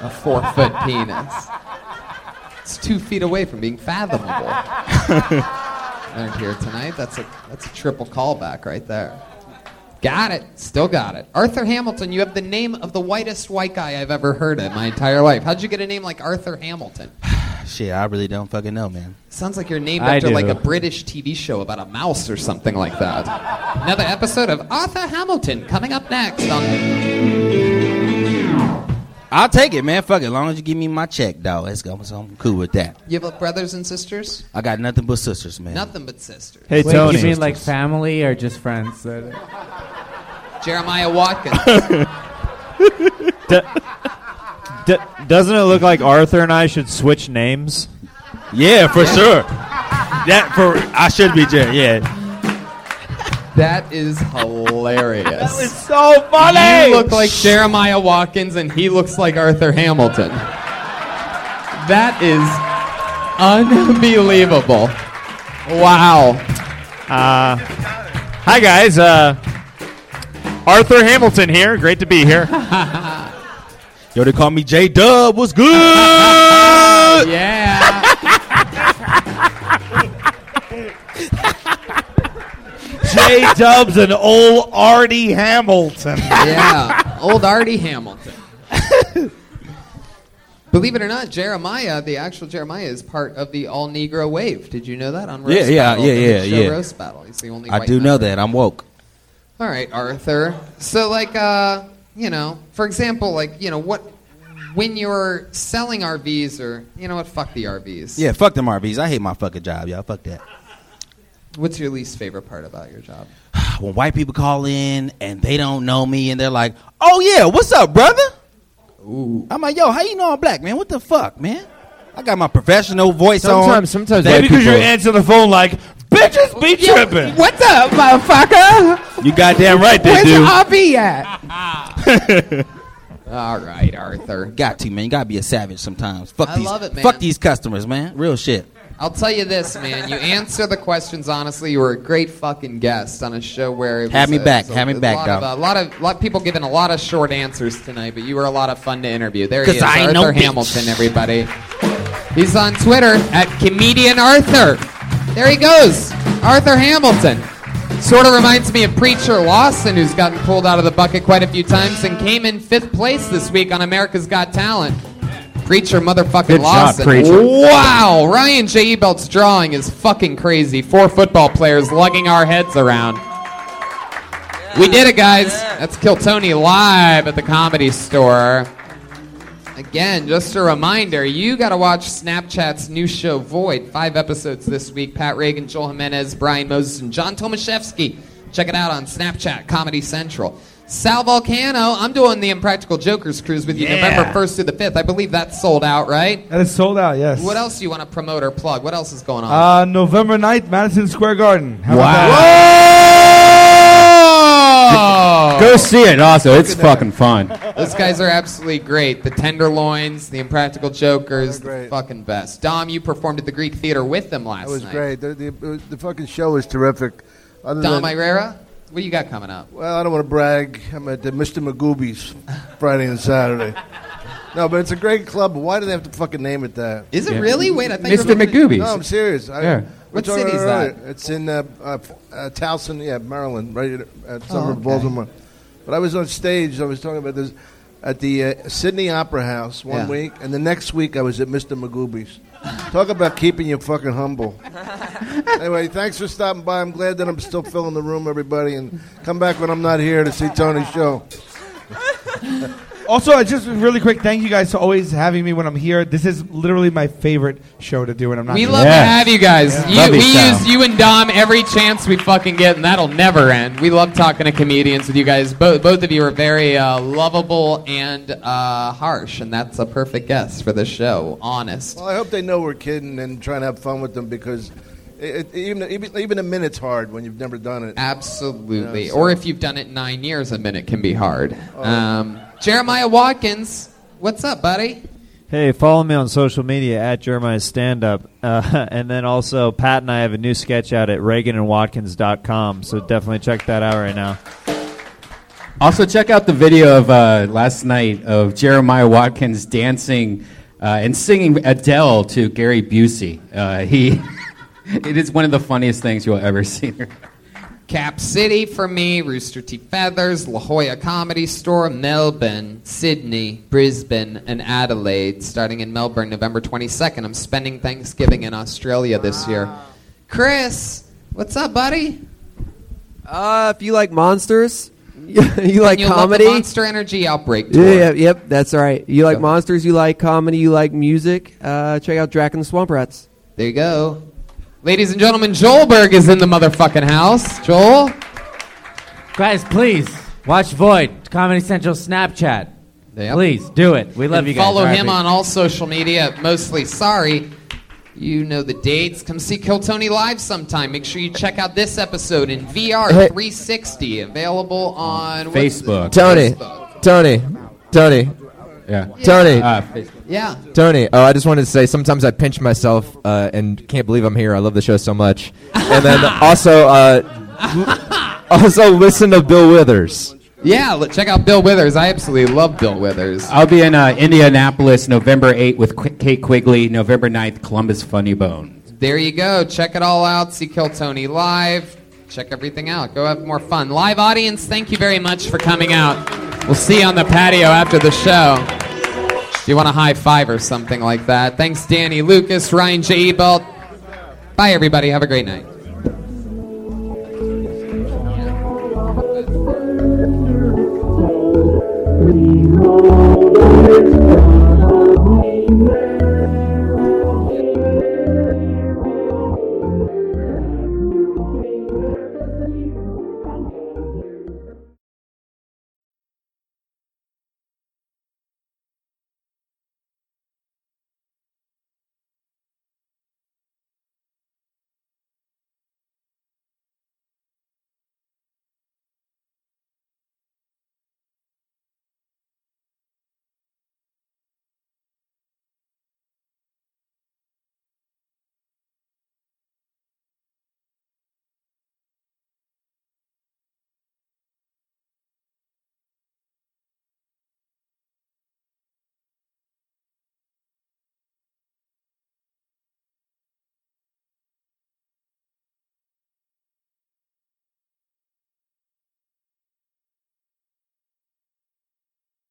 A four foot penis. It's two feet away from being fathomable. Learned here tonight. That's a that's a triple callback right there. Got it. Still got it. Arthur Hamilton, you have the name of the whitest white guy I've ever heard in my entire life. How'd you get a name like Arthur Hamilton?
Shit, I really don't fucking know, man.
Sounds like you're named
I
after
do.
like a British TV show about a mouse or something like that. Another episode of Arthur Hamilton coming up next on.
I'll take it, man. Fuck it. As long as you give me my check, dog. That's I'm, I'm cool with that.
You have brothers and sisters?
I got nothing but sisters, man.
Nothing but sisters.
Wait, You mean
Sisters.
like family or just friends?
Jeremiah
<laughs>
Watkins.
D- d- doesn't it look like Arthur and I should switch names?
Yeah, for sure. That for I should be Jerry. Yeah.
That is hilarious. that was
so funny.
You look like Jeremiah Watkins, and he looks like Arthur Hamilton. That is unbelievable. Wow.
Uh, hi guys. Uh,
<laughs>
Arthur Hamilton here. Great to be here.
Yo, they call me J Dub. What's
<laughs>
good?
yeah.
J Dub's an old Artie Hamilton.
yeah, old Artie Hamilton. <laughs> Believe it or not, Jeremiah, the actual Jeremiah, is part of the All Negro Wave. Did you know that on Roast
Yeah, yeah,
Battle?
yeah,
the
yeah,
big show
yeah.
Roast Battle. He's the only.
I
white
do
member.
know that. I'm woke.
All right, Arthur. So, like, uh, you know, for example, like, you know, what when you're selling RVs or you know what, fuck the RVs.
Yeah, fuck them RVs. I hate my fucking job, y'all. Fuck that.
What's your least favorite part about your job?
When white people call in and they don't know me and they're like, "Oh yeah, what's up, brother?" I'm like, "Yo, how you know I'm black, man? What the fuck, man?" I got my professional voice on.
Sometimes- sometimes
Maybe
white
because you
people-
answer the phone like, bitches be tripping.
What's up, motherfucker?
You goddamn right they
Where's
do.
your
<laughs>
RV at?
All right, Arthur. Got to, man. You gotta be a savage sometimes. Fuck
I
these.
love it, man.
Fuck these customers, man. Real shit.
I'll tell you this, man. You answer the questions honestly. You were a great fucking guest on a show where it was
Have me
a-
back.
it was a
Have me back,
lot of-
dog.
A lot of lot of people giving a lot of short answers tonight, but you were a lot of fun to interview. There he
'Cause
is,
I ain't
Arthur
no bitch.
Hamilton, everybody. He's on Twitter at comedian Arthur. There he goes, Arthur Hamilton. Sort of reminds me of Preacher Lawson, who's gotten pulled out of the bucket quite a few times and came in fifth place this week on America's Got Talent. Preacher motherfucking
Good job,
Lawson.
Preacher.
Wow, Ryan J. Belt's drawing is fucking crazy. Four football players lugging our heads around. We did it, guys. That's Kill Tony live at the comedy store. Again, just a reminder, you got to watch Snapchat's new show Void. Five episodes this week. Pat Reagan, Joel Jimenez, Brian Moses, and John Tomaszewski. Check it out on Snapchat, Comedy Central. Sal Volcano, I'm doing the Impractical Jokers cruise with you
Yeah.
November 1st through the 5th. I believe that's sold out, right?
That is sold out. Yes.
What else do you want to promote or plug? What else is going on?
Uh, November 9th, Madison Square Garden. How about
Wow.
that?
Oh.
Go see it. Also, it's fucking fun.
Those guys are absolutely great. The Tenderloins, the Impractical Jokers, the fucking best. Dom, you performed at the Greek Theater with them last
That was
night.
great. The, the, the fucking show was terrific. Other
Dom
than-
Irera, what you got coming up?
Well, I don't want to brag. I'm at the Mr. Magoobies Friday and Saturday. No, but it's a great club. Why do they have to fucking name it that?
Is it Yeah. really? Wait, I thought you
Mr.
were-
Magoobies. No, I'm serious. I,
Yeah.
we
What
talked
city is
about it
that?
earlier. It's in uh, uh, uh, Towson, yeah, Maryland, right at, at summer
Oh, okay.
Baltimore. But I was on stage. I was talking about this at the uh, Sydney Opera House one
Yeah.
week, and the next week I was at Mr. Magoobies. Talk about keeping you fucking humble. anyway, thanks for stopping by. I'm glad that I'm still filling the room, everybody, and come back when I'm not here to see Tony's show.
Also, I just really quick, thank you guys for always having me when I'm here. This is literally my favorite show to do when I'm not
We
here.
love to have you guys. You, we use you and Dom every chance we fucking get, and that'll never end. We love talking to comedians with you guys. Both both of you are very uh, lovable and uh, harsh, and that's a perfect guest for the show. Honest.
Well, I hope they know we're kidding and trying to have fun with them because it, it, even, even even a minute's hard when you've never done it.
Absolutely.
Yeah, so-
or if you've done it in nine years, a minute can be hard. Um, Jeremiah Watkins, what's up, buddy?
Hey, follow me on social media at Jeremiah Stand Up. Uh, <laughs> and then also, Pat and I have a new sketch out at ReaganandWatkins.com. So definitely check that out right now.
Also, check out the video of uh, last night of Jeremiah Watkins dancing uh, and singing Adele to Gary Busey. Uh, he, <laughs> it is one of the funniest things you'll ever see.
Cap City for me, Rooster Teeth Feathers, La Jolla Comedy Store, Melbourne, Sydney, Brisbane, and Adelaide. Starting in Melbourne November 22nd. I'm spending Thanksgiving in Australia this year. Chris, what's up, buddy?
Uh, if you like monsters, <laughs> you like
and you
comedy.
Love the Monster Energy Outbreak Tour.
yeah, yeah, yep, that's right. You like monsters, you like comedy, you like music. Uh, check out Drac and the Swamp Rats.
There you go. Ladies and gentlemen, Joelberg is in the motherfucking house. Joel?
Guys, please watch Void Comedy Central Snapchat.
Yep.
Please do it. We love
And
you guys.
Follow
RIP.
him on all social media. Mostly sorry. You know the dates. Come see Kill Tony live sometime. Make sure you check out this episode in VR
Hey.
360, available on what's
Facebook.
Tony, Tony, Tony.
Yeah.
Tony.
Uh, Facebook.
Yeah.
Tony, oh, I just wanted to say sometimes I pinch myself uh, and can't believe I'm here. I love the show so much.
<laughs>
And then also, uh, also listen to Bill Withers.
the- Yeah, look, check out Bill Withers. I absolutely love Bill Withers.
I'll be in uh, Indianapolis November 8th with Qu- Kate Quigley, November 9th, Columbus Funny Bone.
There you go. Check it all out. See Kill Tony live. Check everything out. Go have more fun. Live audience, thank you very much for coming out. We'll see you on the patio after the show. Do you want a high five or something like that? Thanks, Danny Lucas, Ryan J. Belt. E Bye, everybody. Have a great night.